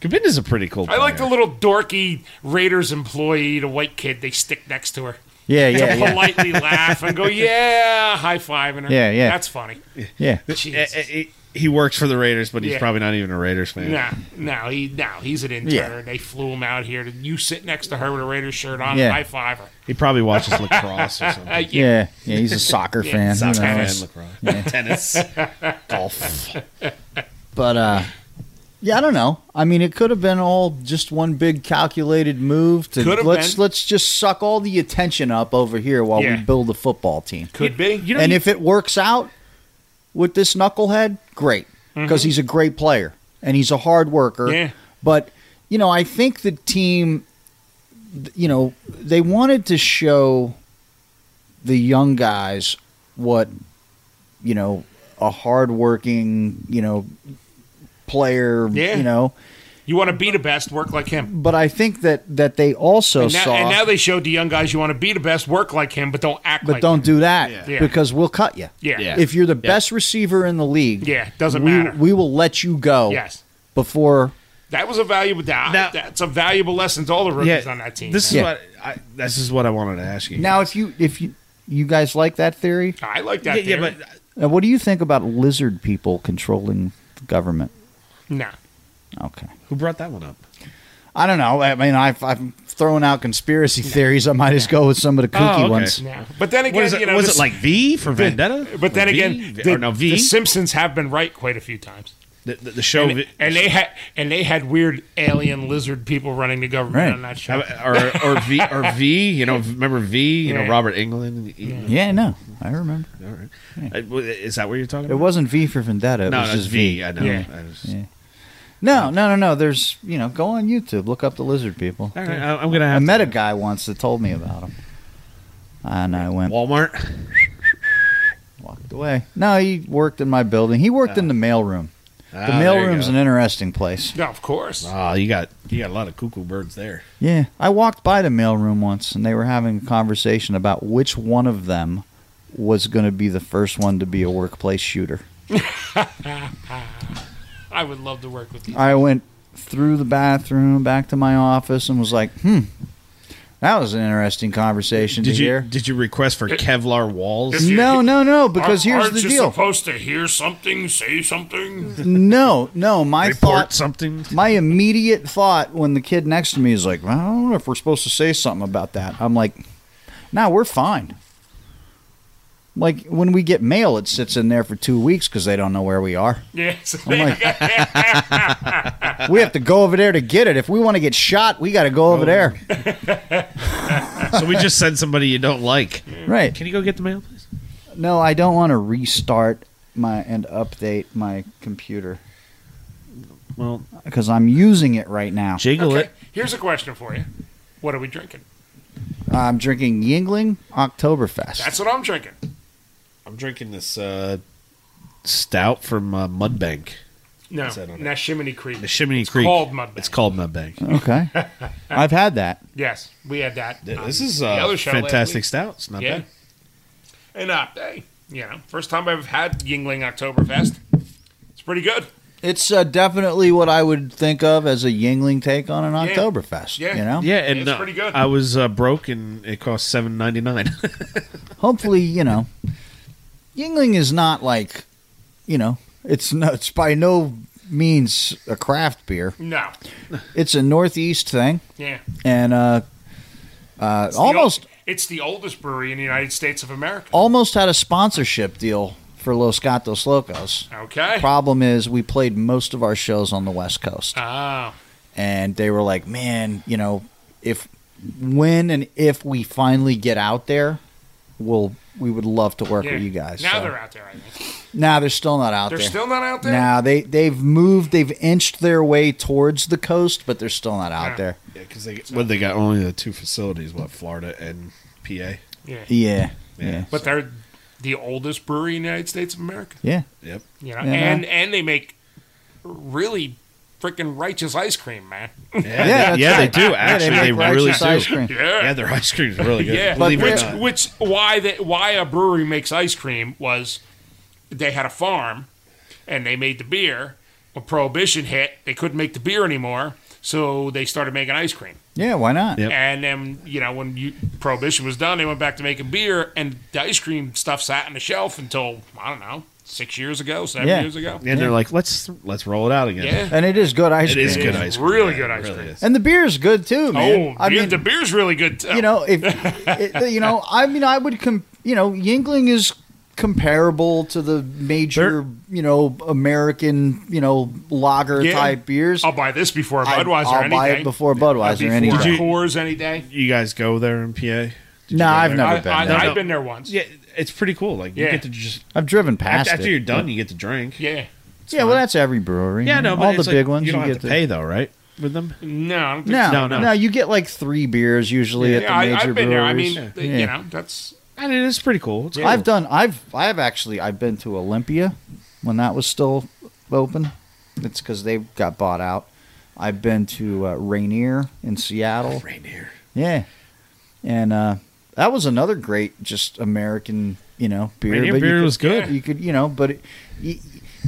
S4: Kabinda's a pretty cool.
S9: I like the little dorky Raiders employee, the white kid they stick next to her.
S5: Yeah, yeah,
S9: To
S5: yeah.
S9: politely laugh and go, yeah, high fiving her.
S4: Yeah, yeah.
S9: That's funny.
S5: Yeah.
S4: He, Eh, he works for the Raiders, but he's
S9: Yeah.
S4: probably not even a Raiders fan.
S9: No, no, he no, he's an intern.
S4: Yeah.
S9: They flew him out here. To, you sit next to her with a Raiders shirt on,
S4: Yeah.
S9: high five her.
S4: He probably watches lacrosse or something.
S9: Yeah.
S5: Yeah, yeah, he's a soccer
S9: Yeah,
S5: fan. Who
S4: soccer fan,
S5: knows?
S4: lacrosse.
S5: Yeah.
S4: Tennis. Golf.
S5: But uh yeah, I don't know. I mean, it could have been all just one big calculated move to
S9: Could have
S5: let's
S9: been.
S5: let's just suck all the attention up over here while
S9: Yeah.
S5: we build a football team.
S9: Could be. You
S5: and if it works out with this knucklehead, great because he's a great player and he's a hard worker.
S9: Mm-hmm. Yeah.
S5: But you know, I think the team, th- you know, they wanted to show the young guys what you know a hardworking you know player
S9: Yeah.
S5: you know
S9: You want to be the best, work like him.
S5: but i think that that they also
S9: and, now,
S5: saw
S9: and now they showed the young guys you want to be the best, work like him, but don't act
S5: but
S9: like
S5: don't
S9: him.
S5: do that
S9: Yeah.
S5: because we'll cut you
S9: Yeah. Yeah.
S5: if you're the
S9: Yeah.
S5: best receiver in the league
S9: Yeah, doesn't
S5: we,
S9: matter.
S5: we will let you go
S9: Yes.
S5: before
S9: That was a valuable that, that's a valuable lesson to all the rookies on that team.
S4: This
S9: man.
S4: is what I, this is what I wanted to ask you.
S5: now if you if you you guys like that theory
S9: I like that.
S4: Yeah, yeah,
S9: theory.
S5: Now, what do you think about lizard people controlling the government
S9: no.
S5: okay
S4: Who brought that one up?
S5: I don't know. I mean, I've, I've thrown out conspiracy theories. I might as go with some of the kooky ones.
S9: Oh, Yeah. But then again,
S4: What is it-
S9: you know,
S4: was
S9: this-
S4: it like V for
S9: the-
S4: Vendetta?
S9: But then
S4: Like V?
S9: again,
S4: V-
S9: the,
S4: or no, V?
S9: the Simpsons have been right quite a few times.
S4: The, the, the show
S9: and,
S4: Vi-
S9: and they had and they had weird alien lizard people running the government on that show.
S4: Or or V or V, you know, remember V, you
S9: Yeah.
S4: know, Robert England. you know.
S5: Yeah, I know. I remember.
S4: All right. Uh, w- Is that what you're talking
S5: It
S4: about?
S5: wasn't V for Vendetta. It
S4: No,
S5: was
S4: no, it's
S5: just
S4: V.
S5: V.
S4: I know.
S5: Yeah.
S4: I was-
S5: Yeah. No, no, no, no. There's, you know, go on YouTube, look up the lizard people.
S4: All right, I- I'm gonna have
S5: I met a guy once that told me about them, and I went
S4: Walmart.
S5: Walked away. No, he worked in my building. He worked in the mailroom. The
S4: Ah, there you
S5: mailroom's
S4: go.
S5: an interesting place.
S9: No, of course.
S5: Ah,
S4: Oh, you got you got a lot of cuckoo birds there.
S5: Yeah, I walked by the mailroom once, and they were having a conversation about which one of them was going to be the first one to be a workplace shooter.
S9: I would love to work with you.
S5: I went through the bathroom back to my office and was like, "Hmm, that was an interesting conversation
S4: Did
S5: to
S4: you
S5: hear."
S4: did you request for Kevlar walls?
S5: No, no, no, because here's
S9: aren't
S5: the
S9: you
S5: deal.
S9: supposed to hear something, say something?
S5: no, no, my thought
S4: something.
S5: My immediate thought when the kid next to me is like, "Well, "I don't know if we're supposed to say something about that," I'm like, "No, we're fine." Like when we get mail, it sits in there for two weeks because they don't know where we are.
S9: Yes.
S4: Oh
S5: I'm like, we have to go over there to get it. If we want to get shot, we got to go over there.
S4: so we just send somebody you don't like.
S5: Right.
S4: Can you go get the mail, please?
S5: No, I don't want to restart my and update my computer
S4: Well,
S5: because I'm using it right now.
S4: Jiggle
S9: Here's a question for you. What are we drinking?
S5: it. I'm drinking Yingling Oktoberfest.
S9: That's what I'm drinking.
S4: I'm drinking this uh, stout from uh, Mudbank.
S9: No,
S4: What's that on
S9: not Shimini Creek.
S4: The Shimini Creek.
S9: called Mudbank.
S4: It's called Mudbank.
S5: Okay. I've had that.
S9: Yes, we had that.
S4: Th-
S9: on
S4: this is,
S9: the
S4: uh,
S9: other show last
S4: fantastic
S9: week.
S4: stout. It's not bad.
S9: And uh, hey, you know, first time I've had Yingling Oktoberfest. It's pretty good.
S5: It's uh, definitely what I would think of as a Yingling take on an
S9: Yeah.
S5: Oktoberfest.
S9: Yeah.
S5: You know?
S4: Yeah, and
S9: It's
S4: uh,
S9: pretty good.
S4: I was uh, broke, and it cost seven ninety nine.
S5: Hopefully, you know, Yingling is not like, you know, it's no, it's by no means a craft beer.
S9: No.
S5: It's a Northeast thing.
S9: Yeah.
S5: And uh, uh,
S9: It's the
S5: almost
S9: ol- it's the oldest brewery in the United States of America.
S5: almost had a sponsorship deal for Los Gatos Locos.
S9: Okay.
S5: Problem is, we played most of our shows on the West Coast.
S9: Ah.
S5: and they were like, "Man, you know, if when and if we finally get out there, we'll we would love to work
S9: Yeah.
S5: with you guys."
S9: Now
S5: So-
S9: they're out there, I think.
S5: Nah, they're still not out
S9: They're
S5: there.
S9: still not out there?
S5: Nah, they they've moved, they've inched their way towards the coast, but they're still not out there.
S4: Yeah, because they what they got only the two facilities, what Florida and PA.
S9: Yeah.
S5: Yeah. Yeah.
S9: But they're the oldest brewery in the United States of America.
S5: Yeah.
S4: Yep.
S9: You know,
S5: Yeah,
S9: and
S5: nah.
S9: and they make really freaking righteous ice cream, man.
S4: Yeah, yeah, they do. Actually, they, really do. Yeah. their ice cream is really good.
S9: Yeah,
S4: Believe it or
S9: which,
S4: not.
S9: which why that why a brewery makes ice cream was they had a farm and they made the beer. When prohibition hit, they couldn't make the beer anymore, so they started making ice cream.
S5: Yeah, why not?
S9: And then you know when you, prohibition was done, they went back to making beer, and the ice cream stuff sat on the shelf until I don't know six years ago, seven
S5: Yeah.
S9: years ago.
S4: And they're like, let's let's roll it out again.
S9: Yeah.
S5: And it is good ice
S4: It is
S5: cream.
S4: good ice cream.
S9: really good ice cream.
S5: And the beer is good too, man.
S9: Oh, beer- the beer's really good. Too.
S5: you know, if it, you know, I mean, I would com- you know, Yingling is comparable to the major, you know, American, you know, lager
S9: Yeah.
S5: type beers.
S9: I'll buy this before
S5: I-
S9: Budweiser.
S5: I'll
S9: any
S5: buy it
S9: day.
S5: before Budweiser
S9: Before
S5: any day.
S9: Coors any day.
S4: You guys go there in PA? Did you
S5: No,
S4: go
S5: I've
S4: there?
S5: never been.
S9: I,
S5: there.
S9: I've been there once.
S4: Yeah, it's pretty cool. Like you
S9: Yeah.
S4: get to just
S5: I've driven past
S4: after, after
S5: it,
S4: you're done,
S5: but-
S4: you get to drink.
S9: Yeah,
S5: yeah, well, that's every brewery.
S4: yeah, no, but
S5: all
S4: it's
S5: the
S4: like,
S5: big ones.
S4: You don't have
S5: get
S4: to pay though, right? With them,
S9: No, I don't think
S5: No,
S9: so.
S5: no, no, You get like three beers usually at the
S9: I,
S5: major
S9: I've been there. I
S5: breweries.
S9: mean, th- you know, that's
S4: I mean, it's pretty cool. It's cool.
S5: I've done. I've I've actually I've been to Olympia when that was still open. It's because they got bought out. I've been to uh, Rainier in Seattle.
S4: Oh, Rainier.
S5: Yeah, and uh, that was another great just American you know beer.
S4: Rainier
S5: but you
S4: beer
S5: could-
S4: was good.
S5: You could you know, but it, y-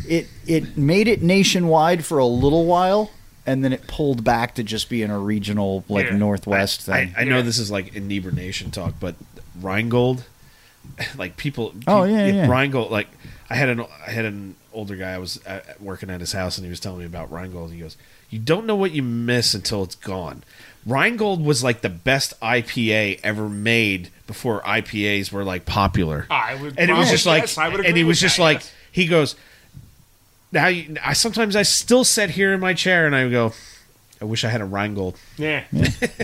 S5: it it made it nationwide for a little while. And then it pulled back to just being a regional, like
S4: Yeah.
S5: Northwest
S4: I,
S5: thing.
S4: I know this is like inebriation talk, but Rheingold, like people.
S5: Oh, yeah, yeah.
S4: Rheingold. Like I had an I had an older guy. I was uh working at his house, and he was telling me about Rheingold. He goes, "You don't know what you miss until it's gone." Rheingold was like the best IPA ever made before IPAs were like popular.
S9: I would.
S4: and it was
S9: probably
S4: just like,
S9: guess I would
S4: and
S9: agree
S4: he was
S9: with
S4: just
S9: that,
S4: like,
S9: yes.
S4: he goes. Now, you, I sometimes I still sit here in my chair and I go, I wish I had a Rheingold.
S9: yeah,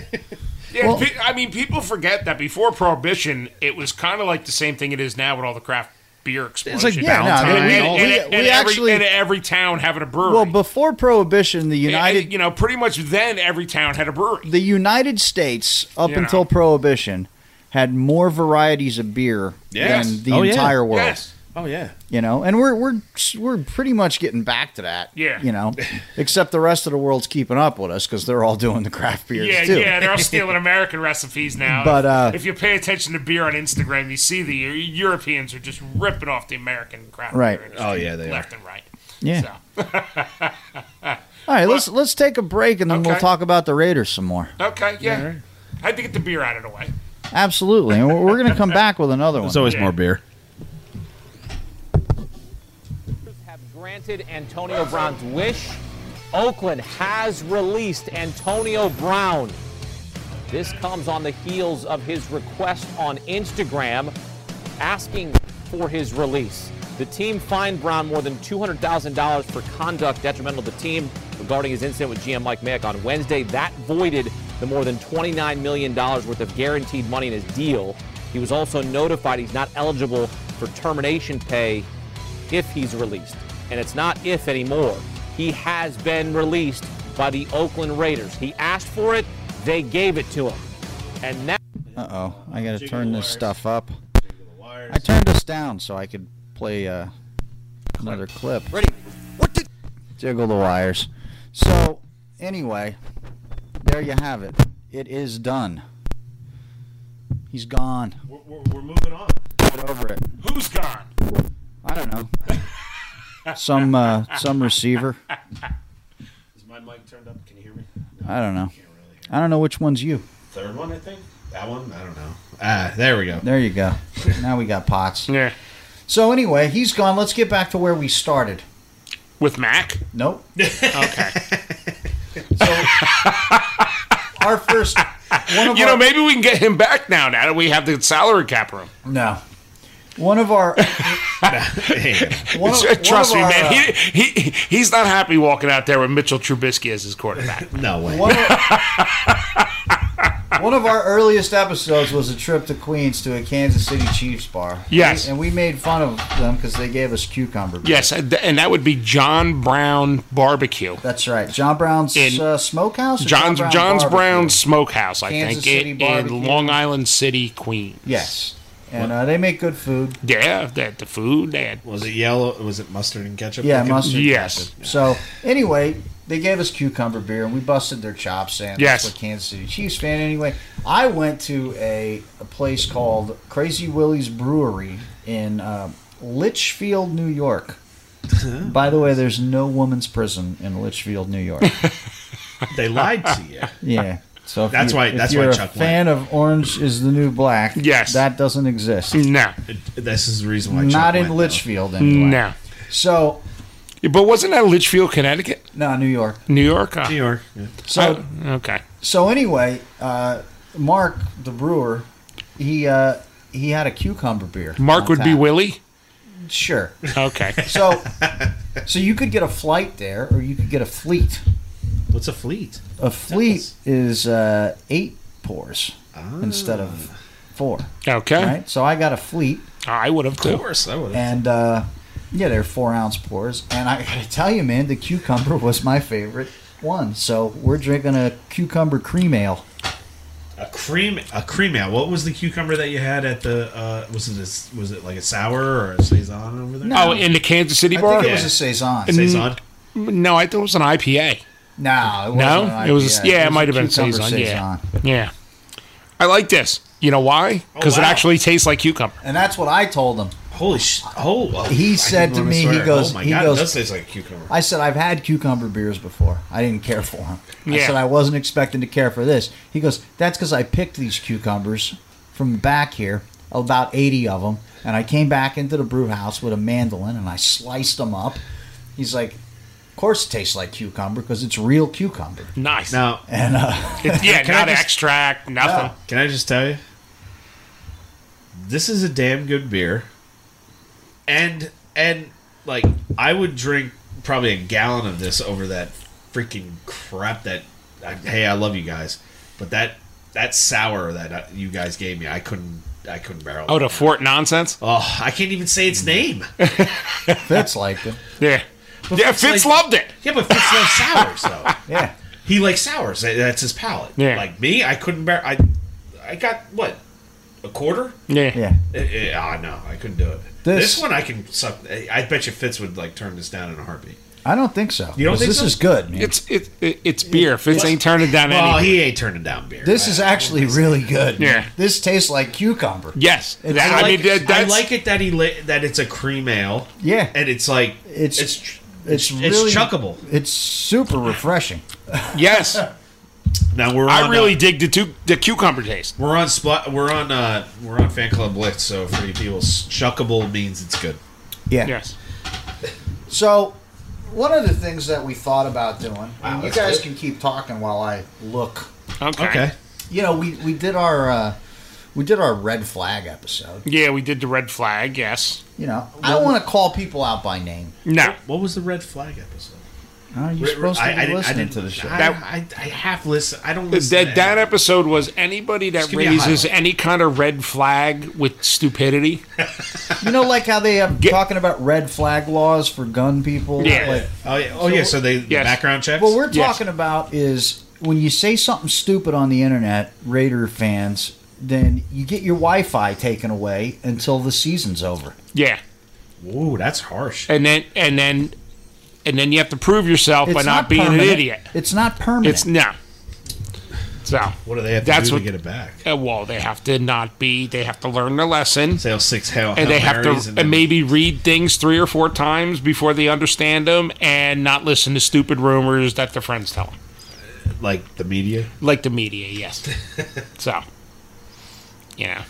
S9: yeah.
S4: Well-
S9: pe- I mean, people forget that before prohibition, it was kind of like the same thing it is now with all the craft beer explosion.
S4: like Yeah, no, Valentine.
S9: and,
S4: we-
S9: and-
S4: we-
S9: and-
S5: we
S9: and every,
S5: actually-
S9: and every town having a brewery.
S5: Well, before Prohibition, the
S9: And- and,
S5: United
S9: you know, pretty much then every town had a brewery.
S5: the United States up
S9: You know.
S5: until Prohibition had more varieties of beer
S4: Yes.
S5: than the
S4: Oh, yeah.
S5: entire world.
S9: Yes.
S4: Oh yeah.
S5: You know, and we're we're we're pretty much getting back to that.
S9: Yeah.
S5: You know, except the rest of the world's keeping up with us because they're all doing the craft beers
S9: Yeah,
S5: too.
S9: yeah, they're all stealing American recipes now.
S5: But,
S9: If-
S5: uh,
S9: if you pay attention to beer on Instagram, you see the Europeans are just ripping off the American craft beer
S5: Right.
S9: industry
S4: Oh, yeah, they
S9: left and right.
S5: Yeah.
S9: So.
S5: All right, let's let's take a break and then we'll
S9: Okay.
S5: talk about the Raiders some more.
S9: okay, yeah. I had to get the beer out of the way.
S5: Absolutely, and we're, we're going to come back with another one.
S4: There's always more beer.
S3: granted Antonio Brown's wish. Oakland has released Antonio Brown. This comes on the heels of his request on Instagram asking for his release. The team fined Brown more than $200,000 for conduct detrimental to the team regarding his incident with GM Mike Mayock on Wednesday. That voided the more than $29 million worth of guaranteed money in his deal. He was also notified he's not eligible for termination pay if he's released. And it's not if anymore. He has been released by the Oakland Raiders. He asked for it, they gave it to him. And now.
S5: Uh oh, I gotta turn this
S7: wires.
S5: stuff up. I turned this down so I could play uh, another clip. Ready? What did? Jiggle the wires. So anyway, there you have it. It is done. He's gone.
S7: We're, we're, we're moving on.
S5: Get over it.
S9: Who's gone?
S5: I don't know. Some uh, some receiver.
S7: Is my mic turned up? Can you hear me?
S5: I don't know. I don't know which one's you.
S7: Third one, I think. That one, I don't know.
S4: Ah, there we go.
S5: There you go. now we got Potts. Yeah. So anyway, he's gone. Let's get back to where we started.
S9: With Mac?
S5: Nope.
S9: Okay.
S5: Our first. One of
S9: you know,
S5: our-
S9: maybe we can get him back now. Now that we have the salary cap room.
S5: No. One of our One of-
S9: Trust
S5: one
S9: me,
S5: of
S9: man.
S5: our, uh,
S9: He, he he's not happy walking out there with Mitchell Trubisky as his quarterback.
S4: no way.
S5: One One of our earliest episodes was a trip to Queens to a Kansas City Chiefs bar.
S9: Yes.
S5: and we made fun of them because they gave us cucumber. beer.
S9: yes, and th- and that would be John Brown Barbecue.
S5: That's right, John Brown's uh, smokehouse. or
S9: John's
S5: John
S9: John's
S5: Barbecue?
S9: Brown Smokehouse, I
S5: Kansas
S9: think,
S5: City
S9: in- in
S5: barbecue.
S9: Long Island City, Queens.
S5: Yes, and uh, they make good food.
S9: Yeah, that the food that
S4: was it yellow? Was it mustard and ketchup?
S5: Yeah,
S4: Like it-
S5: mustard.
S9: Yes.
S5: So anyway, they gave us cucumber beer, and we busted their chops saying
S9: Yes.
S5: that's what Kansas City Chiefs fan. Anyway, I went to a, a place called Crazy Willie's Brewery in uh, Litchfield, New York. By the way, there's no woman's prison in Litchfield, New York.
S4: They lied to you.
S5: Yeah. So if
S4: That's
S5: you-
S4: why-
S5: if
S4: that's why
S5: you're a
S4: Chuck went.
S5: fan of Orange is the New Black. Yes, that doesn't exist.
S9: No,
S4: This is the reason why.
S5: not
S4: Chuck
S5: in
S4: went, though.
S5: Litchfield anyway.
S9: No.
S5: So,
S9: but wasn't that Litchfield, Connecticut?
S5: No, New York.
S9: New York. Uh, New
S4: York.
S5: So-
S9: okay.
S5: So anyway, uh, Mark the brewer, he uh, he had a cucumber beer.
S9: Mark
S5: on
S9: would be
S5: tap.
S9: Willie.
S5: Sure.
S9: Okay.
S5: So so you could get a flight there, or you could get a fleet.
S4: What's a fleet?
S5: A fleet is uh, eight pours
S4: Ah.
S5: instead of four.
S9: Okay.
S5: Right. So I got a fleet.
S9: I would have.
S4: Of course, I would have.
S5: And uh, yeah, they're four ounce pours. And I gotta tell you, man, the cucumber was my favorite one. So we're drinking a cucumber cream ale.
S4: A cream,
S7: a cream ale. What was the cucumber that you had at the? Uh, was it a, was it like a sour or a saison over there?
S9: Oh, in the Kansas City bar.
S5: saison.
S7: Saison.
S9: No, I thought it was an IPA.
S5: No, it
S9: no,
S5: wasn't an
S9: it was.
S5: IPA.
S9: yeah,
S5: It
S9: it,
S5: was a
S9: might have been
S5: cucumber
S9: saison. Yeah,
S5: Saison.
S9: yeah. I like this. You know why? Because it actually tastes like cucumber.
S5: And that's what I told him.
S4: Holy sh! Oh, well,
S5: he said to me, he goes,
S4: "Oh my
S5: he
S4: god,
S5: goes,
S4: it does taste like cucumber."
S5: I said, I've had cucumber beers before. I didn't care for them. I
S4: Yeah.
S5: said, I wasn't expecting to care for this. He goes, that's because I picked these cucumbers from back here, about 80 of them, and I came back into the brew house with a mandolin and I sliced them up. He's like, of course it tastes like cucumber because it's real cucumber.
S9: Nice.
S4: No,
S5: And uh,
S9: It- yeah,
S4: Can I
S9: not
S4: just-
S9: extract, nothing.
S4: Can I just tell you? This is a damn good beer. And and like I would drink probably a gallon of this over that freaking crap that I, hey, I love you guys, but that that sour that uh, you guys gave me, I couldn't I couldn't barrel.
S9: Oh, the Fort nonsense.
S4: Oh, I can't even say its name.
S5: Fitz liked it.
S9: Yeah. yeah, Fitz loved it.
S4: Yeah, but Fitz loves sours though.
S5: Yeah.
S4: He likes sours. That- That's his palate.
S9: Yeah.
S4: Like me, I couldn't bear I I got what? A quarter?
S9: Yeah.
S5: Yeah.
S4: Eh, eh, Ah, no, I couldn't do it.
S5: This-
S4: This, one I can suck. eh, I bet you Fitz would like turn this down in a heartbeat.
S5: I don't think so.
S4: You don't
S5: 'Cause
S4: think
S5: this
S4: so?
S5: is good, man.
S9: It's it, it it's beer. Fitz ain't turning down any.
S4: Well, he
S9: beer.
S4: ain't turning down beer.
S5: This is actually really good.
S9: Yeah.
S5: This tastes like cucumber.
S9: Yes,
S5: It's like-
S4: I, like, it- I like it that he li- that it's a cream ale.
S5: Yeah.
S4: and it's like
S5: It's-
S4: it's
S5: it's
S4: it's it's,
S5: really-
S4: chuckable.
S5: It's super refreshing.
S9: Yes.
S4: Now we're.
S9: I
S4: on,
S9: really
S4: uh,
S9: dig the tu- the cucumber taste.
S4: We're on spot. We're on. uh We're on fan club blitz. So for you people, s- chuckable means it's good.
S5: Yeah.
S9: Yes.
S5: So, one of the things that we thought about doing, and you
S4: that's
S5: guys
S4: good.
S5: can keep talking while I look.
S9: Okay.
S5: You know, we, we did our uh, we did our red flag episode.
S9: Yeah, we did the red flag. Yes.
S5: You know, I don't want to call people out by name.
S9: No.
S4: What was the red flag episode?
S5: Uh, you're
S4: Re-
S5: supposed to be
S4: I- I didn't- I
S5: listening
S4: didn't-
S5: to the show.
S4: I, I, I have listened. I don't listen.
S9: That, that episode was anybody that
S4: Just give me a
S9: raises any kind of red flag with stupidity.
S5: you know, like how they are talking about red flag laws for gun people.
S9: Yeah.
S5: Like,
S4: Oh yeah. Oh yeah. So they the background checks.
S5: What we're talking about is when you say something stupid on the internet, Raider fans, then you get your Wi-Fi taken away until the season's over.
S9: Yeah.
S4: Ooh, that's harsh.
S9: And then and then and then you have to prove yourself by
S5: It's
S9: not,
S5: not
S9: being an
S5: permanent.
S9: idiot.
S5: It's not permanent.
S9: It's no. So
S4: what do they have to
S9: that's
S4: do
S9: what,
S4: to get it back?
S9: Uh, well, they have to not be. They have to learn their lesson.
S4: Sale six hell,
S9: and they have to
S4: Marys
S9: and
S4: and then-
S9: maybe read things three or four times before they understand them, and not listen to stupid rumors that their friends tell them,
S4: Like the media?
S9: like the media. Yes. so, you know,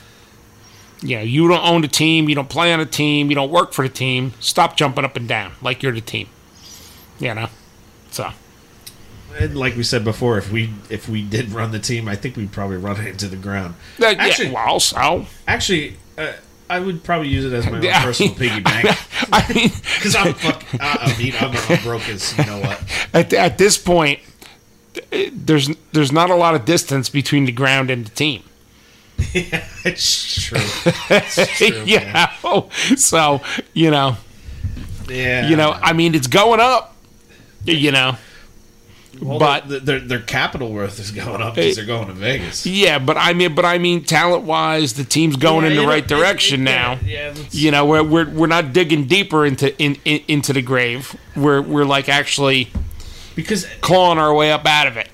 S9: you know, you don't own the team. You don't play on a team. You don't work for the team. Stop jumping up and down like you're the team. You know, so. uh,
S4: And like we said before, if we if we did run the team, I think we'd probably run it into the ground.
S9: Uh, yeah, well, so
S4: actually, uh, I would probably use it as my own
S9: Yeah, I
S4: personal
S9: mean-
S4: piggy bank.
S9: I mean,
S4: because I'm fuck, I, I mean, I'm, I'm broke as you know what.
S9: at, at this point, th- there's there's not a lot of distance between the ground and the team.
S4: it's true.
S9: yeah. Oh, So you know,
S4: Yeah.
S9: you know, I mean, it's going up. You know,
S4: Well,
S9: but
S4: their, their their capital worth is going up because they're going to Vegas.
S9: yeah, but I mean, but I mean, talent wise, the team's going
S4: Yeah,
S9: in the
S4: you know,
S9: right
S4: it-
S9: direction
S4: it-
S9: now.
S4: yeah, yeah, that's-
S9: you know, we're, we're we're not digging deeper into in, in into the grave. We're we're like actually
S4: because
S9: clawing our way up out of it.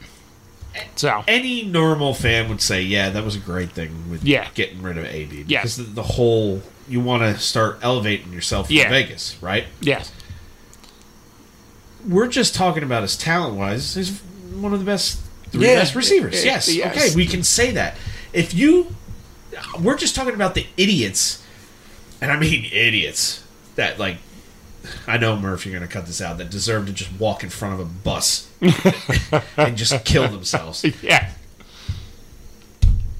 S9: So
S4: any normal fan would say, "Yeah, that was a great thing with
S9: Yeah.
S4: getting rid of AD." Because
S9: Yeah.
S4: the, the whole you want to start elevating yourself in
S9: Yeah.
S4: Vegas, right?
S9: Yes.
S4: We're just talking about his talent wise. He's one of the best three
S9: Yeah.
S4: best receivers.
S9: Yeah,
S4: Yes.
S9: yes.
S4: Okay, we can say that. If you, we're just talking about the idiots, and I mean idiots that like. I know Murph, you're going to cut this out. That deserve to just walk in front of a bus and just kill themselves.
S9: Yeah.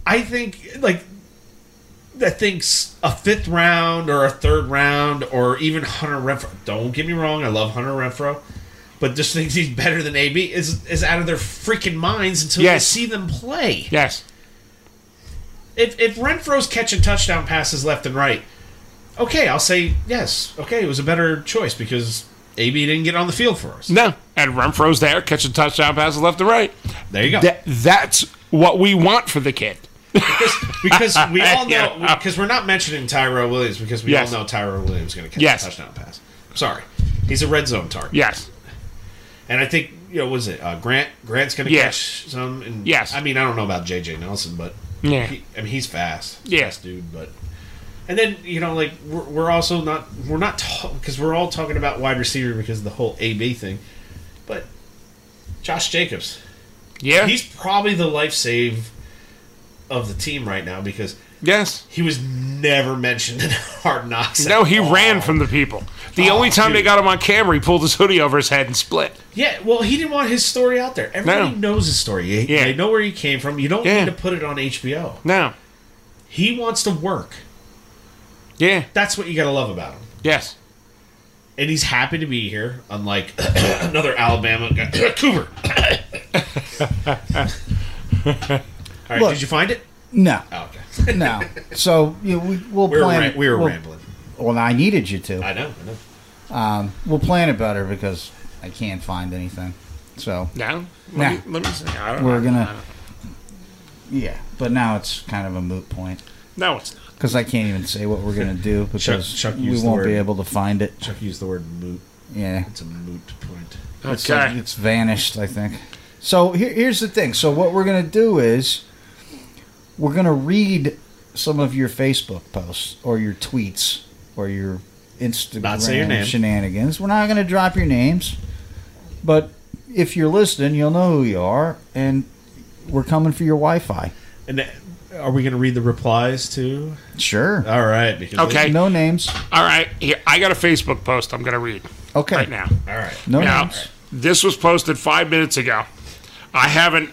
S4: I think like that thinks a fifth round or a third round or even Hunter Renfro. Don't get me wrong, I love Hunter Renfro, but just thinks he's better than AB is is out of their freaking minds until
S9: Yes.
S4: you see them play.
S9: Yes.
S4: If if Renfro's catching touchdown passes left and right, okay, I'll say yes. Okay, it was a better choice because AB didn't get on the field for us.
S9: No. And Renfro's there, catching touchdown passes left and right.
S4: There you go.
S9: That, that's what we want for the kid.
S4: because we all know
S9: Yeah.
S4: because we're not mentioning Tyrell Williams because we
S9: Yes.
S4: all know Tyrell Williams is going to catch
S9: Yes.
S4: a touchdown pass. Sorry, he's a red zone target.
S9: Yes.
S4: and I think you know was it uh, Grant? Grant's going to
S9: Yes.
S4: catch some. And
S9: Yes.
S4: I mean I don't know about JJ Nelson, but
S9: Yeah.
S4: he, I mean he's fast.
S9: Yeah.
S4: fast dude. But and then you know like we're, we're also not we're not because we're all talking about wide receiver because of the whole AB thing, but Josh Jacobs.
S9: Yeah.
S4: He's probably the life save of the team right now because
S9: yes,
S4: he was never mentioned in Hard Knocks.
S9: No,
S4: at
S9: he
S4: all.
S9: ran from the people. The
S4: Oh,
S9: only time they
S4: dude.
S9: got him on camera, he pulled his hoodie over his head and split.
S4: Yeah, well, he didn't want his story out there. Everybody knows his story. They,
S9: Yeah.
S4: they know where he came from. You don't
S9: Yeah.
S4: need to put it on HBO.
S9: No.
S4: He wants to work.
S9: Yeah.
S4: That's what you got to love about him.
S9: Yes.
S4: And he's happy to be here, unlike another Alabama guy. Cooper. All right,
S5: Look.
S4: did you find it?
S5: No.
S4: Oh, okay.
S5: no. So you know, we, we'll
S4: We were
S5: plan.
S4: ram- we were
S5: we'll-
S4: rambling.
S5: Well, I needed you to.
S4: I know, I know.
S5: Um, we'll plan it better because I can't find anything. So
S9: No?
S5: Nah.
S9: Let, me, let me see. I don't,
S5: we're
S9: I-
S5: gonna.
S9: I
S5: Yeah, but now it's kind of a moot point
S9: don't- no, it's not.
S5: because I can't even say what we're gonna do because
S4: Chuck
S5: we
S4: used the
S5: won't be
S4: word-
S5: able to find it.
S4: Chuck used the word moot.
S5: Yeah.
S4: It's a moot point.
S5: It's, like- it's vanished, I think. So here, here's the thing. So what we're gonna do is we're gonna read some of your Facebook posts or your tweets or your Instagram
S4: Not say your name.
S5: shenanigans. We're not gonna drop your names, but if you're listening, you'll know who you are, and we're coming for your Wi-Fi.
S4: And uh, are we going to read the replies too?
S5: Sure.
S4: All right. Because
S9: Okay.
S5: No names.
S9: All right. Here, I got a Facebook post I'm going to read
S5: Okay.
S9: right now.
S4: All right.
S5: No
S9: Now,
S5: names.
S9: this was posted five minutes ago. I haven't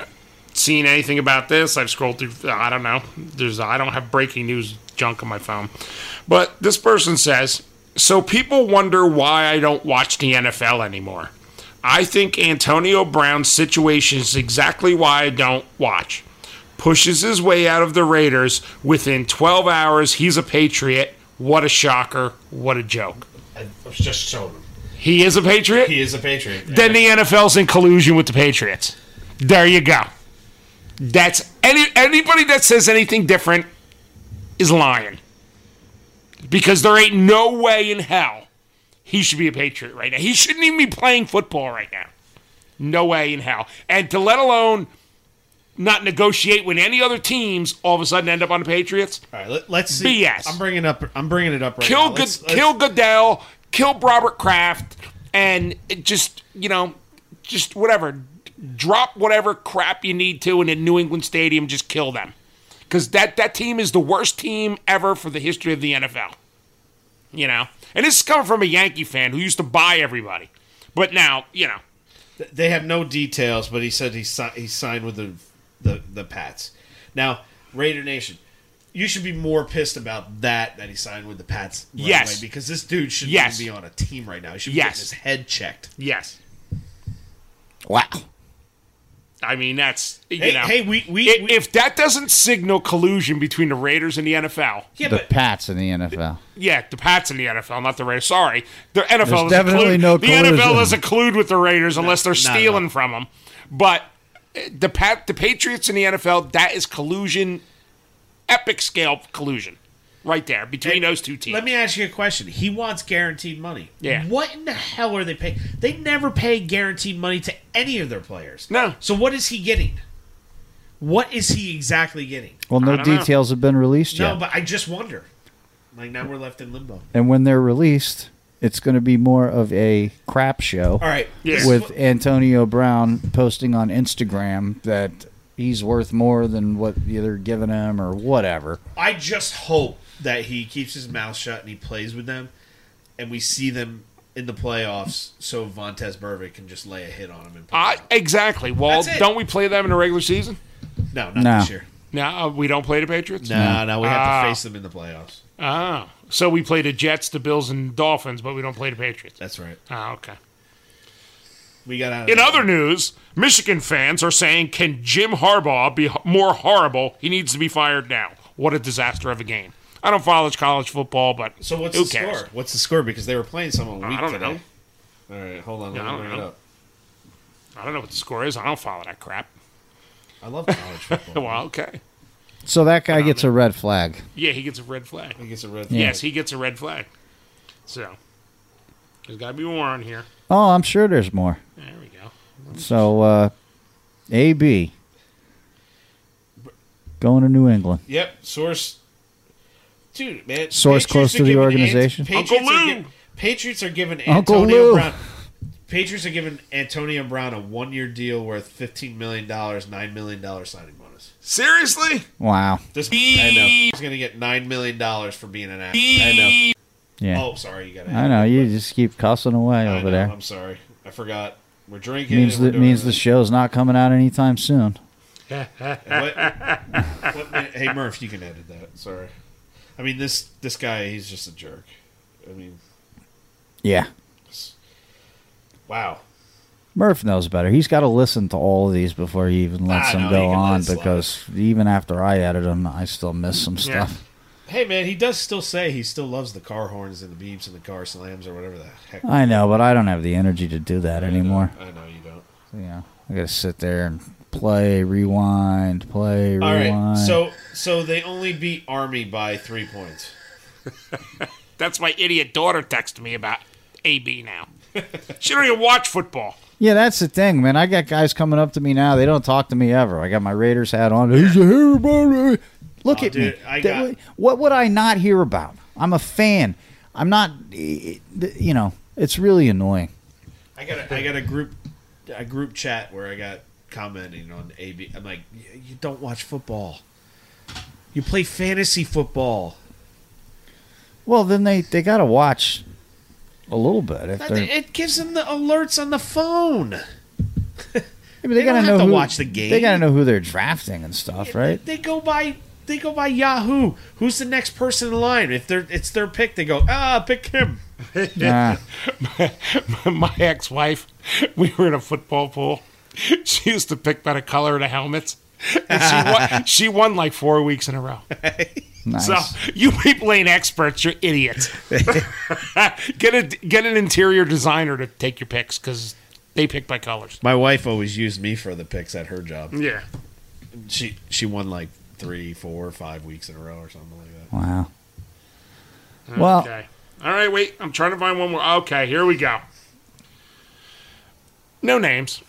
S9: seen anything about this. I've scrolled through. uh, I don't know. There's. I don't have breaking news junk on my phone. But this person says, so people wonder why I don't watch the NFL anymore. I think Antonio Brown's situation is exactly why I don't watch. Pushes his way out of the Raiders within 12 hours. He's a Patriot. What a shocker. What a joke.
S4: I was just showing him.
S9: He is a Patriot?
S4: He is a Patriot.
S9: Then the NFL's in collusion with the Patriots. There you go. That's any anybody that says anything different is lying. Because there ain't no way in hell he should be a Patriot right now. He shouldn't even be playing football right now. No way in hell. And to let alone not negotiate with any other teams, all of a sudden end up on the Patriots.
S4: All right, let, us see.
S9: BS.
S4: I'm bringing up. I'm bringing it up right
S9: kill
S4: now.
S9: Good,
S4: Let's- let's-
S9: kill Goodell, kill Robert Kraft, and it just you know, just whatever, drop whatever crap you need to, and in New England Stadium, just kill them, because that that team is the worst team ever for the history of the NFL. You know, and this is coming from a Yankee fan who used to buy everybody, but now you know.
S4: Th- They have no details, but he said he si- he signed with the the, the Pats. Now, Raider Nation, you should be more pissed about that that he signed with the Pats. right
S9: Yes.
S4: away, because this dude shouldn't
S9: Yes.
S4: even be on a team right now. He should be
S9: Yes.
S4: getting his head checked.
S9: Yes,
S5: Wow.
S9: I mean that's you
S4: Hey-
S9: know.
S4: hey, we- we-
S9: if, if that doesn't signal collusion between the Raiders and the NFL,
S5: the Pats in the NFL.
S9: Yeah, the Pats in the NFL, not the Raiders. Sorry, the NFL
S5: There's
S9: doesn't
S5: definitely
S9: collude-
S5: no
S9: the NFL
S5: collusion.
S9: doesn't collude with the Raiders unless they're
S4: not at
S9: stealing from them. But uh, the Pat, the Patriots in the NFL, that is collusion, epic scale collusion, right there between those two teams.
S4: Let me ask you a question. He wants guaranteed money.
S9: Yeah.
S4: What in the hell are they paying? They never pay guaranteed money to any of their players.
S9: No.
S4: So what is he getting? What is he exactly getting?
S5: Well, no details have been released
S4: No,
S5: yet.
S4: but I just wonder. Like now we're left in limbo.
S5: and when they're released, it's going to be more of a crap show.
S4: All right. Yeah.
S5: With Antonio Brown posting on Instagram that he's worth more than what they're giving him or whatever.
S4: I just hope that he keeps his mouth shut and he plays with them, and we see them in the playoffs, so Vontez Burfict can just lay a hit on him. And
S9: I, exactly. Well,
S4: That's it.
S9: don't we play them in the regular season?
S4: no, not
S5: No.
S4: this year.
S9: No, uh, we don't play the Patriots.
S4: No, no, we have
S9: Ah.
S4: to face them in the playoffs.
S9: Oh, so we play the Jets, the Bills, and Dolphins, but we don't play the Patriots.
S4: That's right.
S9: Oh, okay.
S4: We got out. Of
S9: In
S4: that.
S9: other news, Michigan fans are saying, "Can Jim Harbaugh be h- more horrible? He needs to be fired now." What a disaster of a game! I don't follow college football, but
S4: So what's
S9: who
S4: the
S9: cares?
S4: score? What's the score? Because they were playing someone. Week
S9: I don't
S4: today. know. All right, hold on.
S9: Yeah,
S4: Let me
S9: I don't
S4: bring it
S9: know.
S4: up.
S9: I don't know what the score is. I don't follow that crap.
S4: I love college football.
S9: well, okay.
S5: So that guy gets a red flag.
S9: Yeah, he gets a red flag. He
S4: gets a red.
S5: flag.
S9: Yes, he gets a red flag. So there's got to be more on here.
S5: Oh, I'm sure there's more.
S9: There we go.
S5: So, uh, AB going to New England.
S4: Yep. Source. Dude, man.
S5: Source
S4: Patriots
S5: close
S4: are
S5: to the
S4: giving
S5: organization?
S4: Ant- Patriots
S9: Uncle
S4: are
S9: Lou!
S4: gi- Patriots are giving
S5: Uncle
S4: Antonio
S5: Lou!
S4: Brown. Patriots are giving Antonio Brown a one-year deal worth fifteen million dollars, nine million dollars signing bonus.
S9: Seriously?
S5: Wow.
S4: This I know he's going to get nine million dollars for being an actor. I know.
S5: Yeah.
S4: Oh, sorry, you got.
S5: I know you just keep cussing away
S4: I
S5: over
S4: know,
S5: there.
S4: I'm sorry. I forgot. We're drinking.
S5: Means
S4: and we're
S5: that
S4: doing
S5: means the
S4: everything.
S5: show's not coming out anytime soon.
S4: what, what minute- hey Murph, you can edit that. Sorry. I mean this this guy, he's just a jerk. I mean,
S5: Yeah.
S4: wow.
S5: Murph knows better. He's got to listen to all of these before he even lets
S4: Ah,
S5: them
S4: no,
S5: go
S4: he can let
S5: on
S4: it slide.
S5: because even after I edit them, I still miss some
S4: Yeah.
S5: stuff.
S4: Hey man, he does still say he still loves the car horns and the beeps and the car slams or whatever the heck.
S5: I know, but I don't have the energy to do that anymore.
S4: I know you don't.
S5: Yeah. I got to sit there and play, rewind, play,
S4: All
S5: rewind.
S4: right. So so they only beat Army by 3 points.
S9: That's my idiot daughter texting me about AB now. she don't even watch football.
S5: Yeah, that's the thing, man. I got guys coming up to me now. They don't talk to me ever. I got my Raiders hat on. Who's the hero about it? Look
S4: Oh,
S5: at
S4: dude,
S5: me.
S4: I
S5: Th-
S4: got-
S5: What would I not hear about? I'm a fan. I'm not. eh, You know, it's really annoying.
S4: I got a, I got a group a group chat where I got commenting on AB. I'm like, "You- you don't watch football. You play fantasy football.
S5: Well, then they they got to watch a little bit. If
S4: That-
S5: they're,
S4: It gives them the alerts on the phone.
S5: Yeah, but
S4: they
S5: gotta
S4: don't have
S5: know
S4: to
S5: who-
S4: watch the game.
S5: They got to know who they're drafting and stuff, right?
S4: They go by they go by Yahoo. Who's the next person in line? If they're it's their pick, they go ah pick him.
S5: Nah.
S9: my ex-wife, we were in a football pool. She used to pick by the color of the helmets. And she won, she won like four weeks in a row.
S5: Ah, Nice.
S9: So you people ain't experts, you're idiots. get a get an interior designer to take your picks because they pick by colors.
S4: My wife always used me for the picks at her job.
S9: Yeah,
S4: She she won like three, four, five weeks in a row or something like that.
S5: Wow. Well-
S9: okay. All right, wait. I'm trying to find one more. Okay, here we go. No names.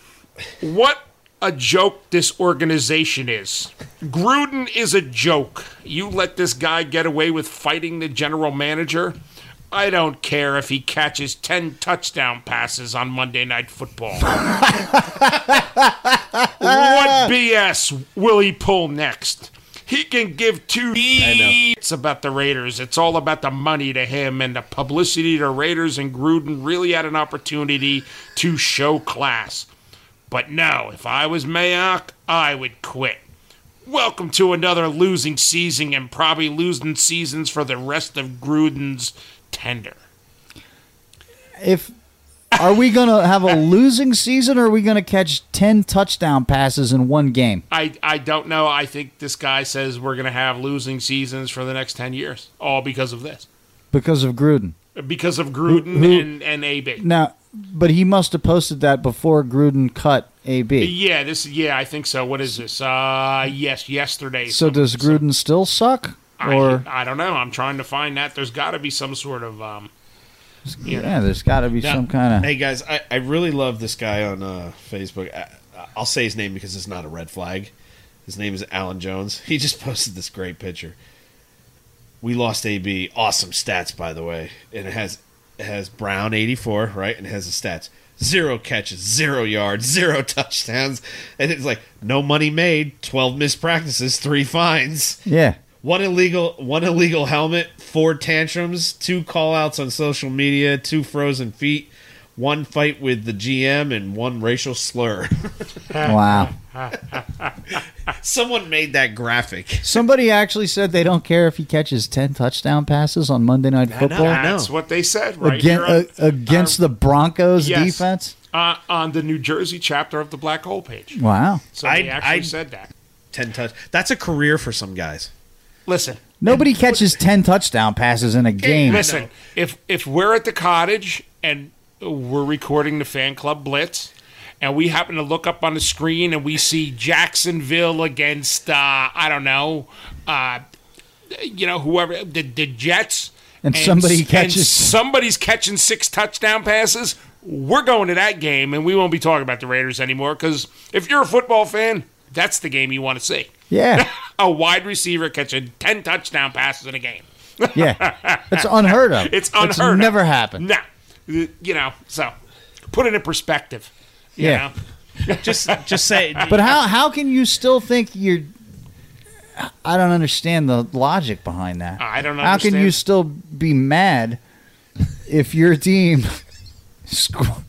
S9: What a joke this organization is. Gruden is a joke. You let this guy get away with fighting the general manager. I don't care if he catches 10 touchdown passes on Monday Night Football. what BS will he pull next? He can give two It's about the Raiders. It's all about the money to him and the publicity to Raiders and Gruden really had an opportunity to show class. But no, if I was Mayock, I would quit. Welcome to another losing season and probably losing seasons for the rest of Gruden's tender.
S5: If are we gonna have a losing season, or are we gonna catch ten touchdown passes in one game?
S9: I, I don't know. I think this guy says we're going to have losing seasons for the next 10 years, all because of this.
S5: Because of Gruden.
S9: Because of Gruden
S5: Who- who-
S9: and, and AB.
S5: Now, but he must have posted that before Gruden cut AB.
S9: Yeah, this. Yeah, I think so. What is this? Uh, yes, yesterday.
S5: So does Gruden still suck?
S9: I,
S5: Or
S9: I don't know. I'm trying to find that. There's got to be some sort of. Um, you know.
S5: yeah, there's got to be
S4: Now-
S5: some kind of.
S4: Hey guys, I, I really love this guy on uh, Facebook. I, I'll say his name because it's not a red flag. His name is Alan Jones. He just posted this great picture. We lost AB. Awesome stats, by the way. And it has it has Brown eighty four right, and it has the stats zero catches, zero yards, zero touchdowns, and it's like no money made, twelve missed practices, three fines.
S5: Yeah.
S4: One illegal, one illegal helmet, four tantrums, two call-outs on social media, two frozen feet, one fight with the GM, and one racial slur.
S5: Wow.
S4: Someone made that graphic.
S5: Somebody actually said they don't care if he catches ten touchdown passes on Monday Night Football
S9: That's what they said right
S5: Again-
S9: here on,
S5: uh, against the Broncos
S9: Yes.
S5: defense.
S9: uh, on the New Jersey chapter of the Black Hole page.
S5: Wow.
S9: So they
S4: I'd-
S9: actually
S4: I'd-
S9: said that.
S4: Ten touch. That's a career for some guys.
S9: Listen,
S5: Nobody catches ten touchdown passes in a game.
S9: Listen, if if we're at the cottage and we're recording the fan club blitz, and we happen to look up on the screen and we see Jacksonville against uh, I don't know, uh, you know whoever the, the Jets,
S5: And somebody
S9: and
S5: catches-
S9: somebody's catching six touchdown passes. We're going to that game, and we won't be talking about the Raiders anymore. Because if you're a football fan, that's the game you want to see.
S5: Yeah.
S9: a wide receiver catching ten touchdown passes in a game.
S5: Yeah. It's unheard of.
S9: It's unheard
S5: It's
S9: of.
S5: never happened.
S9: No. You know, so put it in perspective. You
S5: Yeah.
S9: Know?
S4: just just say
S5: But how how can you still think you're? I don't understand the logic behind that.
S9: I don't
S5: How can you
S9: understand.
S5: still be mad if your team sco-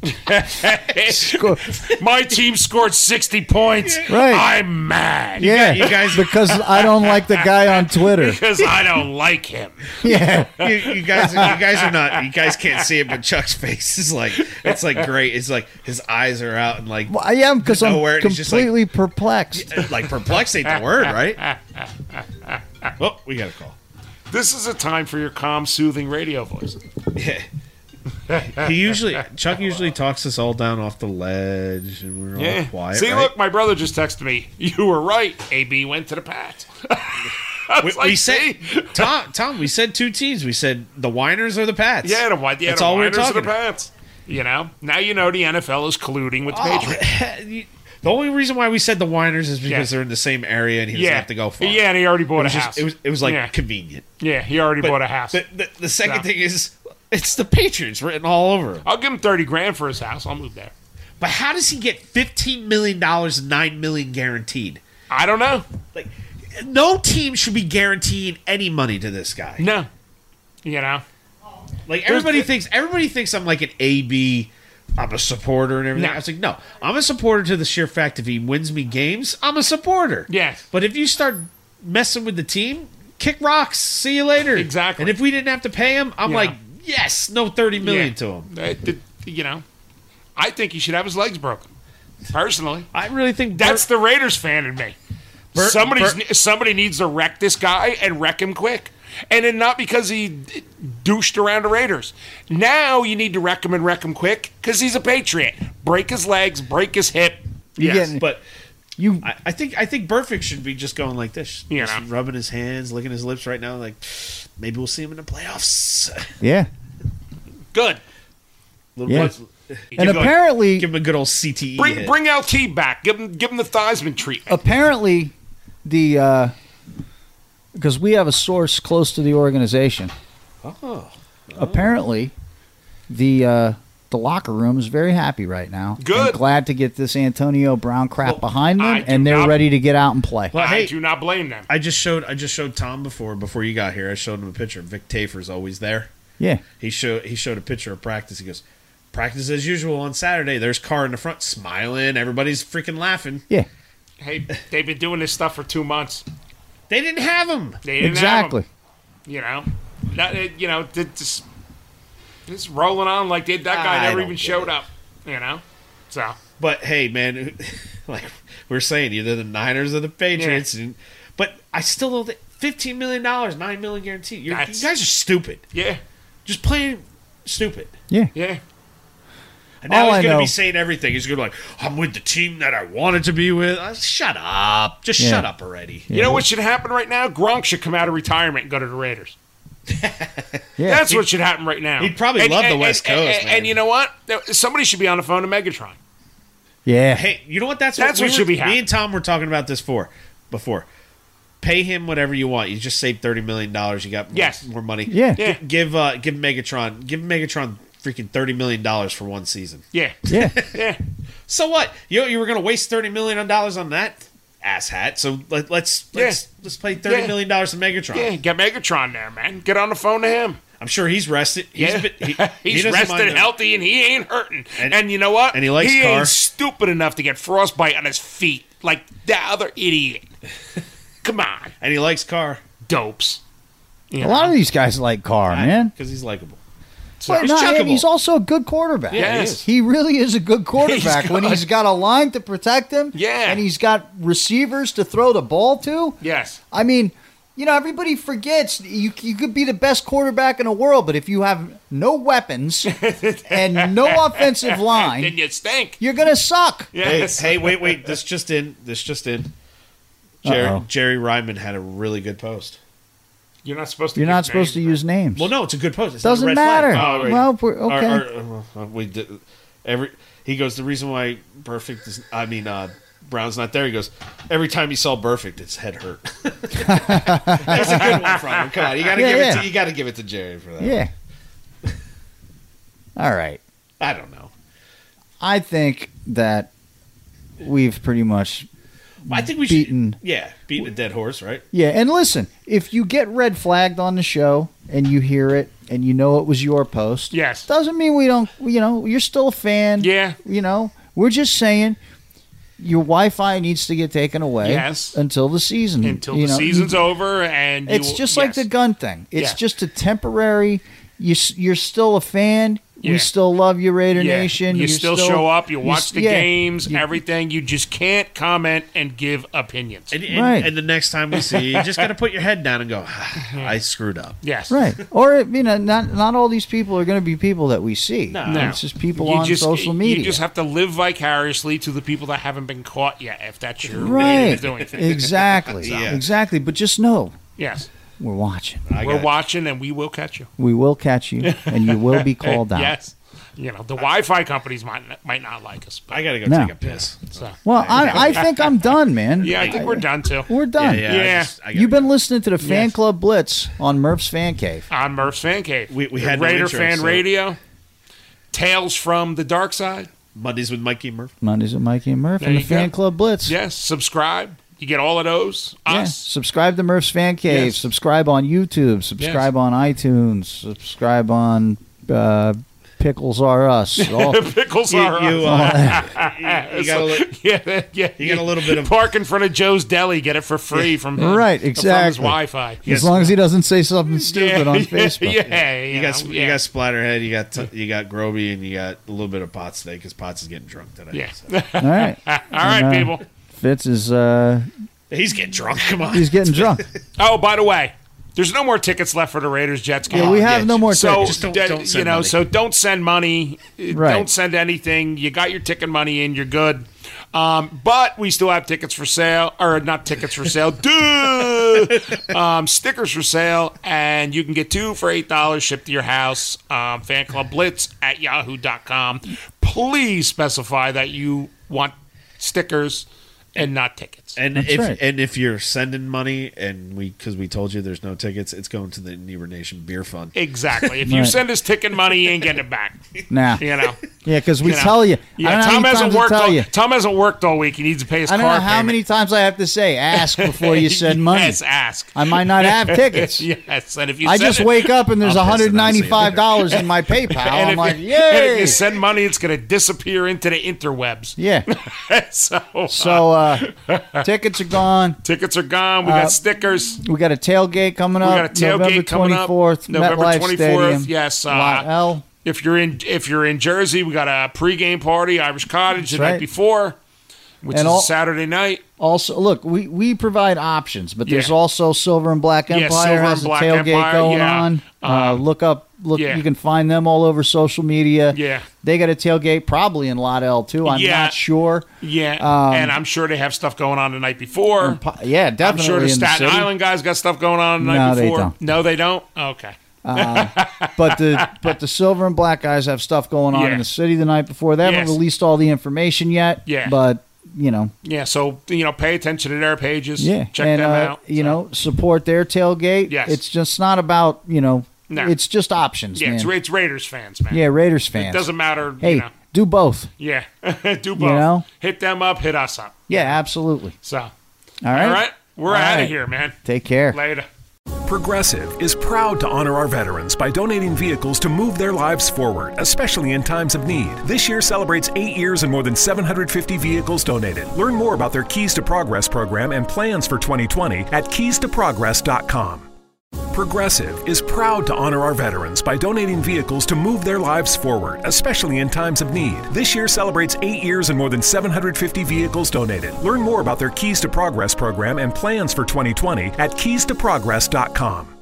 S5: sco-
S9: My team scored 60 points.
S5: Right.
S9: I'm mad.
S5: Yeah, because I don't like the guy on Twitter.
S9: Because I don't like him.
S5: Yeah.
S4: you, you guys, you guys are not. You guys can't see it, but Chuck's face is like it's like great. It's like his eyes are out and like
S5: Well, I am because I'm
S4: Nowhere, and he's just like-
S5: completely perplexed.
S4: like perplexed ain't the word, right? Oh, we got a call.
S9: This is a time for your calm, soothing radio voice.
S4: Yeah. He usually Chuck usually talks us all down off the ledge, and we're all
S9: Yeah.
S4: quiet.
S9: See,
S4: right?
S9: look, my brother just texted me. You were right. AB went to the Pats. I
S4: we,
S9: was like,
S4: we said
S9: see?
S4: Tom. Tom, we said two teams. We said the Winers or the Pats.
S9: Yeah, the, yeah,
S4: That's
S9: the
S4: all we were
S9: Niners are
S4: talking.
S9: the Pats. You know, now you know the NFL is colluding with the
S4: Oh,
S9: Patriots.
S4: you- the only reason why we said the Winers is because they're in the same area, and he doesn't
S9: Yeah.
S4: have to go far.
S9: Yeah, and he already bought
S4: it was
S9: a
S4: just-
S9: house.
S4: It was it was like
S9: Yeah.
S4: convenient.
S9: Yeah, he already
S4: But
S9: bought a house.
S4: The, the, the second
S9: So.
S4: thing is, it's the Patriots written all over. 'em.
S9: I'll give him thirty grand for his house. I'll move there.
S4: But how does he get fifteen million dollars and nine million guaranteed?
S9: I don't know.
S4: Like, no team should be guaranteeing any money to this guy.
S9: No, you know,
S4: like everybody thinks everybody thinks I'm like an AB. I'm a supporter and everything.
S9: No.
S4: I was like, no, I'm a supporter to the sheer fact if he wins me games, I'm a supporter.
S9: Yes.
S4: But if you start messing with the team, kick rocks. See you later.
S9: Exactly.
S4: And if we didn't have to pay him, I'm
S9: Yeah.
S4: like, yes, no thirty million
S9: Yeah.
S4: to him.
S9: Uh, th- you know, I think he should have his legs broken. Personally,
S4: I really think
S9: that's the Raiders fan in me.
S4: Bur-
S9: Somebody's
S4: Bur-
S9: somebody needs to wreck this guy and wreck him quick, and then not because he d- douched around the Raiders. Now you need to wreck him and wreck him quick because he's a Patriot. Break his legs, break his hip.
S5: You
S9: Yes,
S5: getting-
S4: But
S5: You,
S4: I, I think, I think Burfict should be just going like this,
S9: You
S4: just rubbing his hands, licking his lips right now. Like maybe we'll see him in the playoffs.
S5: Yeah.
S9: Good.
S4: Little
S5: Yeah.
S4: bit-
S5: And
S4: Give him a-
S5: apparently,
S4: give him a good old CTE.
S9: Bring
S4: hit.
S9: bring LT back. Give him give him the Theismann treatment.
S5: apparently the uh because we have a source close to the organization
S9: Oh.
S5: apparently the uh the locker room is very happy right now.
S9: Good.
S5: And glad to get this Antonio Brown crap behind them,
S4: I do
S5: and they're
S4: not-
S5: ready to get out and play.
S4: Well, hey,
S9: do not blame them.
S4: I just showed I just showed Tom before before you got here. I showed him a picture. Vic Tafer's always there.
S5: Yeah.
S4: He showed he showed a picture of practice. He goes, practice as usual on Saturday. There's Carr in the front smiling. Everybody's freaking laughing.
S5: Yeah.
S9: Hey, they've been doing this stuff for two months.
S4: They didn't have him.
S9: They didn't
S5: Exactly.
S9: Have him. You know, that, uh, you know, th- just just rolling on like they, that guy
S4: I
S9: never
S4: don't
S9: even
S4: get
S9: showed up. You know, so
S4: But hey, man, like we're saying, either the Niners or the Patriots. And, but I still don't think fifteen million dollars, nine million guarantee. You're, you guys are stupid.
S9: Yeah,
S4: just playing stupid.
S5: Yeah.
S9: Yeah.
S4: And now
S9: All I
S4: he's going
S9: know-
S4: to be saying everything. He's going to be like, I'm with the team that I wanted to be with. Uh, shut up. Just
S9: Yeah.
S4: shut up already.
S9: You know what should happen right now? Gronk should come out of retirement and go to the Raiders.
S5: Yeah.
S9: That's what should happen right now.
S4: he'd probably
S9: And-
S4: love the
S9: and-
S4: West
S9: and-
S4: Coast,
S9: And,
S4: man.
S9: and you know what? There- Somebody should be on the phone to Megatron.
S5: Yeah.
S4: Hey, you know what? That's,
S9: That's
S4: we
S9: what
S4: were-
S9: should be happening.
S4: Me and Tom were talking about this for before. Pay him whatever you want. You just saved thirty million dollars. You got more,
S9: Yes.
S4: more money.
S9: Yeah.
S4: G-
S9: Yeah.
S4: give uh, give Megatron give Megatron freaking thirty million dollars for one season.
S9: Yeah.
S5: Yeah.
S9: yeah.
S4: So what? You you were gonna waste thirty million dollars on that ass hat. So let, let's let's let's play thirty million dollars to Megatron.
S9: Yeah, get Megatron there, man. Get on the phone to him.
S4: I'm sure he's rested. He's
S9: yeah.
S4: been- he- he
S9: he's
S4: doesn't mind
S9: rested,
S4: the-
S9: healthy, and he ain't hurting. And, you know what?
S4: and he likes
S9: he
S4: Carr.
S9: ain't stupid enough to get frostbite on his feet like that other idiot. Come on.
S4: And he likes Carr.
S9: Dopes.
S5: A lot of these guys like Carr, man.
S4: because he's likable.
S5: Well,
S4: he's
S5: no, and
S4: chuckable.
S5: he's also a good quarterback.
S4: Yeah, he is.
S5: he really is a good quarterback when
S4: good.
S5: he's got a line to protect him. Yeah, and he's got receivers to throw the ball to.
S9: Yes.
S5: I mean, you know, everybody forgets you you could be the best quarterback in the world, but if you have no weapons and no offensive
S9: then
S5: line,
S9: you stink.
S5: you're gonna suck.
S4: Hey, hey, wait, wait. This just in. This just in. Jerry,
S5: Uh-oh.
S4: Jerry Ryman had a really good post.
S9: You're not supposed
S5: You're not supposed to use names.
S4: Well, no, it's a good post. It's
S5: Doesn't
S4: not a red flag.
S5: matter.
S4: Oh, right.
S5: Well, we're-
S4: Our-
S5: okay.
S4: our- uh, we did, every he goes. The reason why perfect is. I mean, uh, Brown's not there. He goes. Every time he saw perfect, his head hurt. That's a good one from him. Come on, you gotta
S5: Yeah,
S4: give it.
S5: yeah.
S4: To, you gotta give it to Jerry for that.
S5: Yeah. All right.
S4: I don't know.
S5: I think that we've pretty much
S4: I think we
S5: beaten.
S4: should. Yeah, beating a dead horse, right?
S5: Yeah, and listen, if you get red flagged on the show and you hear it and you know it was your post,
S9: Yes.
S5: doesn't mean we don't. You know, you're still a fan.
S9: Yeah.
S5: you know, we're just saying your Wi-Fi needs to get taken away.
S9: Yes.
S5: until the season.
S9: Until
S5: you
S9: the
S5: know,
S9: season's
S5: you-
S9: over, and you
S5: It's
S9: will-
S5: just like
S9: yes.
S5: the gun thing. It's
S9: Yeah.
S5: just a temporary. You s- you're still a fan.
S9: Yeah.
S5: We still love you, Raider
S9: Yeah.
S5: Nation.
S9: You
S5: You're
S9: still, show up. You
S5: s-
S9: watch the
S5: yeah.
S9: games, everything. You just can't comment and give opinions.
S4: And, and, and the next time we see, you you just got to put your head down and go. "Ah, I screwed up.
S9: Yes.
S5: Right. Or you know, not not all these people are going to be people that we see.
S9: No.
S5: It's just people
S9: You
S5: on
S9: just-
S5: social media.
S9: You just have to live vicariously to the people that haven't been caught yet, if that's your way
S5: right.
S9: of doing things.
S5: Exactly.
S9: So,
S5: Exactly. But just know
S9: Yes.
S5: we're watching.
S9: We're watching and we will catch you.
S5: We will catch you, and you will be called out.
S9: Yes. You know, the Wi Fi companies might not, might not like us. But. I
S4: got to go
S5: No. take a
S4: piss.
S9: So.
S5: Well, I, I think I'm done, man.
S9: Yeah, I think we're done too.
S5: We're done.
S9: Yeah. yeah, I just- I
S5: You've been listening to the Fan
S9: Yes.
S5: Club Blitz on Murph's Fan Cave.
S9: on Murph's Fan Cave. We,
S4: had no
S9: Raider
S4: intro,
S9: Fan
S4: so-
S9: Radio, Tales from the Dark Side.
S4: Mondays with Mikey Murphy.
S5: Mondays with Mikey and Murph
S9: There
S5: and the
S9: you
S5: Fan
S9: go.
S5: Club Blitz.
S9: Yes, subscribe. You get all of those.
S5: Yeah.
S9: Us.
S5: Subscribe to Murph's Fan Cave.
S9: Yes.
S5: Subscribe on YouTube. Subscribe on iTunes. Subscribe on uh, Pickles R Us. All-
S9: Pickles
S4: You-
S9: are
S4: you,
S9: us.
S4: you- you got a li-
S9: yeah, yeah.
S4: you got a little bit of-
S9: park in front of Joe's Deli. Get it for free from him,
S5: right,
S9: from his
S5: exactly.
S9: Wi-Fi.
S5: As long as he doesn't say something stupid on
S9: yeah,
S5: Facebook.
S9: Yeah,
S4: You,
S9: you
S4: got
S9: know,
S4: you got Splatterhead. You got t- you got Groby, and you got a little bit of Potts today because Potts is getting drunk today.
S9: Yeah.
S5: All right.
S9: All right,
S5: And, uh,
S9: people.
S5: Fitz is uh,
S4: He's getting drunk. Come on.
S5: he's getting drunk.
S9: Oh, by the way, There's no more tickets left for the Raiders Jets game.
S5: Yeah, we have no more
S9: So
S5: tickets.
S4: Just don't-
S9: that-
S4: don't
S9: you
S4: send
S9: know,
S4: money.
S9: so don't send money. Uh,
S5: Right.
S9: Don't send anything. You got your ticket money in. You're good. Um, but we still have tickets for sale, or not tickets for sale, duh, um, stickers for sale, and you can get two for eight dollars shipped to your house. Um, fan club blitz at yahoo.com. Please specify that you want stickers and not tickets.
S4: And if and if you're sending money and we because we told you there's no tickets, it's going to the Neighbor Nation Beer Fund.
S9: Exactly. If you
S5: Right.
S9: send us ticket money, you ain't getting it back.
S5: Nah.
S9: You know.
S5: Yeah, because we
S9: know.
S5: tell you. I
S9: Yeah,
S5: don't know how
S9: Tom
S5: many
S9: hasn't
S5: times I
S9: worked.
S5: tell
S9: all,
S5: you.
S9: Tom hasn't worked all week. He needs to pay his
S5: I don't
S9: car
S5: know how many times I have to say ask before you send money.
S9: Yes, ask.
S5: I might not have tickets.
S9: yes, and if you
S5: I
S9: send
S5: just
S9: it-
S5: wake up and there's one hundred ninety-five dollars in my PayPal.
S9: And
S5: I'm
S9: if
S5: like,
S9: you, and if
S5: yay!
S9: you send money, it's going to disappear into the interwebs.
S5: Yeah.
S9: so
S5: So uh, tickets are gone.
S9: tickets are gone. We got
S5: Uh,
S9: stickers.
S5: We got a tailgate coming
S9: We
S5: up.
S9: got a tailgate
S5: November
S9: coming up.
S5: 24th,
S9: November
S5: MetLife
S9: 24th,
S5: Stadium.
S9: yes, uh,
S5: Lot L.
S9: If you're in if you're in Jersey, we got a pregame party, Irish Cottage the
S5: That's right.
S9: night before, which
S5: And
S9: is
S5: all-
S9: Saturday night.
S5: Also, look, we, we provide options, but there's
S9: Yeah.
S5: also Silver and Black Empire
S9: Yeah, Silver
S5: has
S9: and
S5: a
S9: Black
S5: tailgate
S9: Empire,
S5: going
S9: yeah. Um,
S5: on. uh, look up, look,
S9: yeah.
S5: you can find them all over social media.
S9: Yeah.
S5: they got a tailgate probably in Lot L too. I'm
S9: Yeah.
S5: not sure.
S9: Yeah,
S5: Um,
S9: and I'm sure they have stuff going on the night before.
S5: Yeah,
S9: I'm
S5: definitely
S9: sure the
S5: in the
S9: Staten
S5: city.
S9: Island guys got stuff going on the night
S5: No, they
S9: before.
S5: don't.
S9: No, they don't. Okay.
S5: Um, but the but the silver and black guys have stuff going on
S9: Yeah.
S5: in the city the night before. They haven't
S9: Yes.
S5: released all the information yet.
S9: Yeah.
S5: but you know,
S9: Yeah, so you know, pay attention to their pages.
S5: yeah,
S9: check
S5: and,
S9: them
S5: uh,
S9: out.
S5: You know, support their tailgate.
S9: Yes.
S5: it's just not about you know.
S9: No.
S5: It's just options,
S9: Yeah,
S5: man.
S9: it's, it's Raiders fans, man.
S5: Yeah, Raiders fans.
S9: It doesn't matter.
S5: Hey,
S9: you know.
S5: do both.
S9: Yeah, do both.
S5: know?
S9: Hit them up. Hit us up.
S5: Yeah, absolutely.
S9: So, all
S5: All right.
S9: we're
S1: All
S9: out
S1: right.
S9: of here, man.
S5: Take care.
S9: Later.
S1: Progressive is proud to honor our veterans by donating vehicles to move their lives forward, especially in times of need. This year celebrates eight years and more than 750 vehicles donated. Learn more about their Keys to Progress program and plans for 2020 at keystoprogress.com. Progressive is proud to honor our veterans by donating vehicles to move their lives forward, especially in times of need. This year celebrates eight years and more than 750 vehicles donated. Learn more about their Keys to Progress program and plans for 2020 at keystoprogress.com.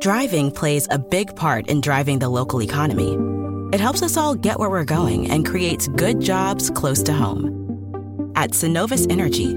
S10: Driving plays a big part in driving the local economy. It helps us all get where we're going and creates good jobs close to home. At Synovus Energy,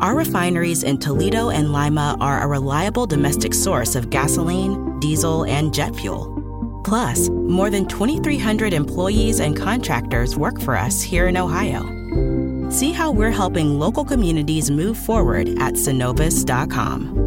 S10: our refineries in Toledo and Lima are a reliable domestic source of gasoline, diesel, and jet fuel. Plus, more than 2,300 employees and contractors work for us here in Ohio. See how we're helping local communities move forward at synovus.com.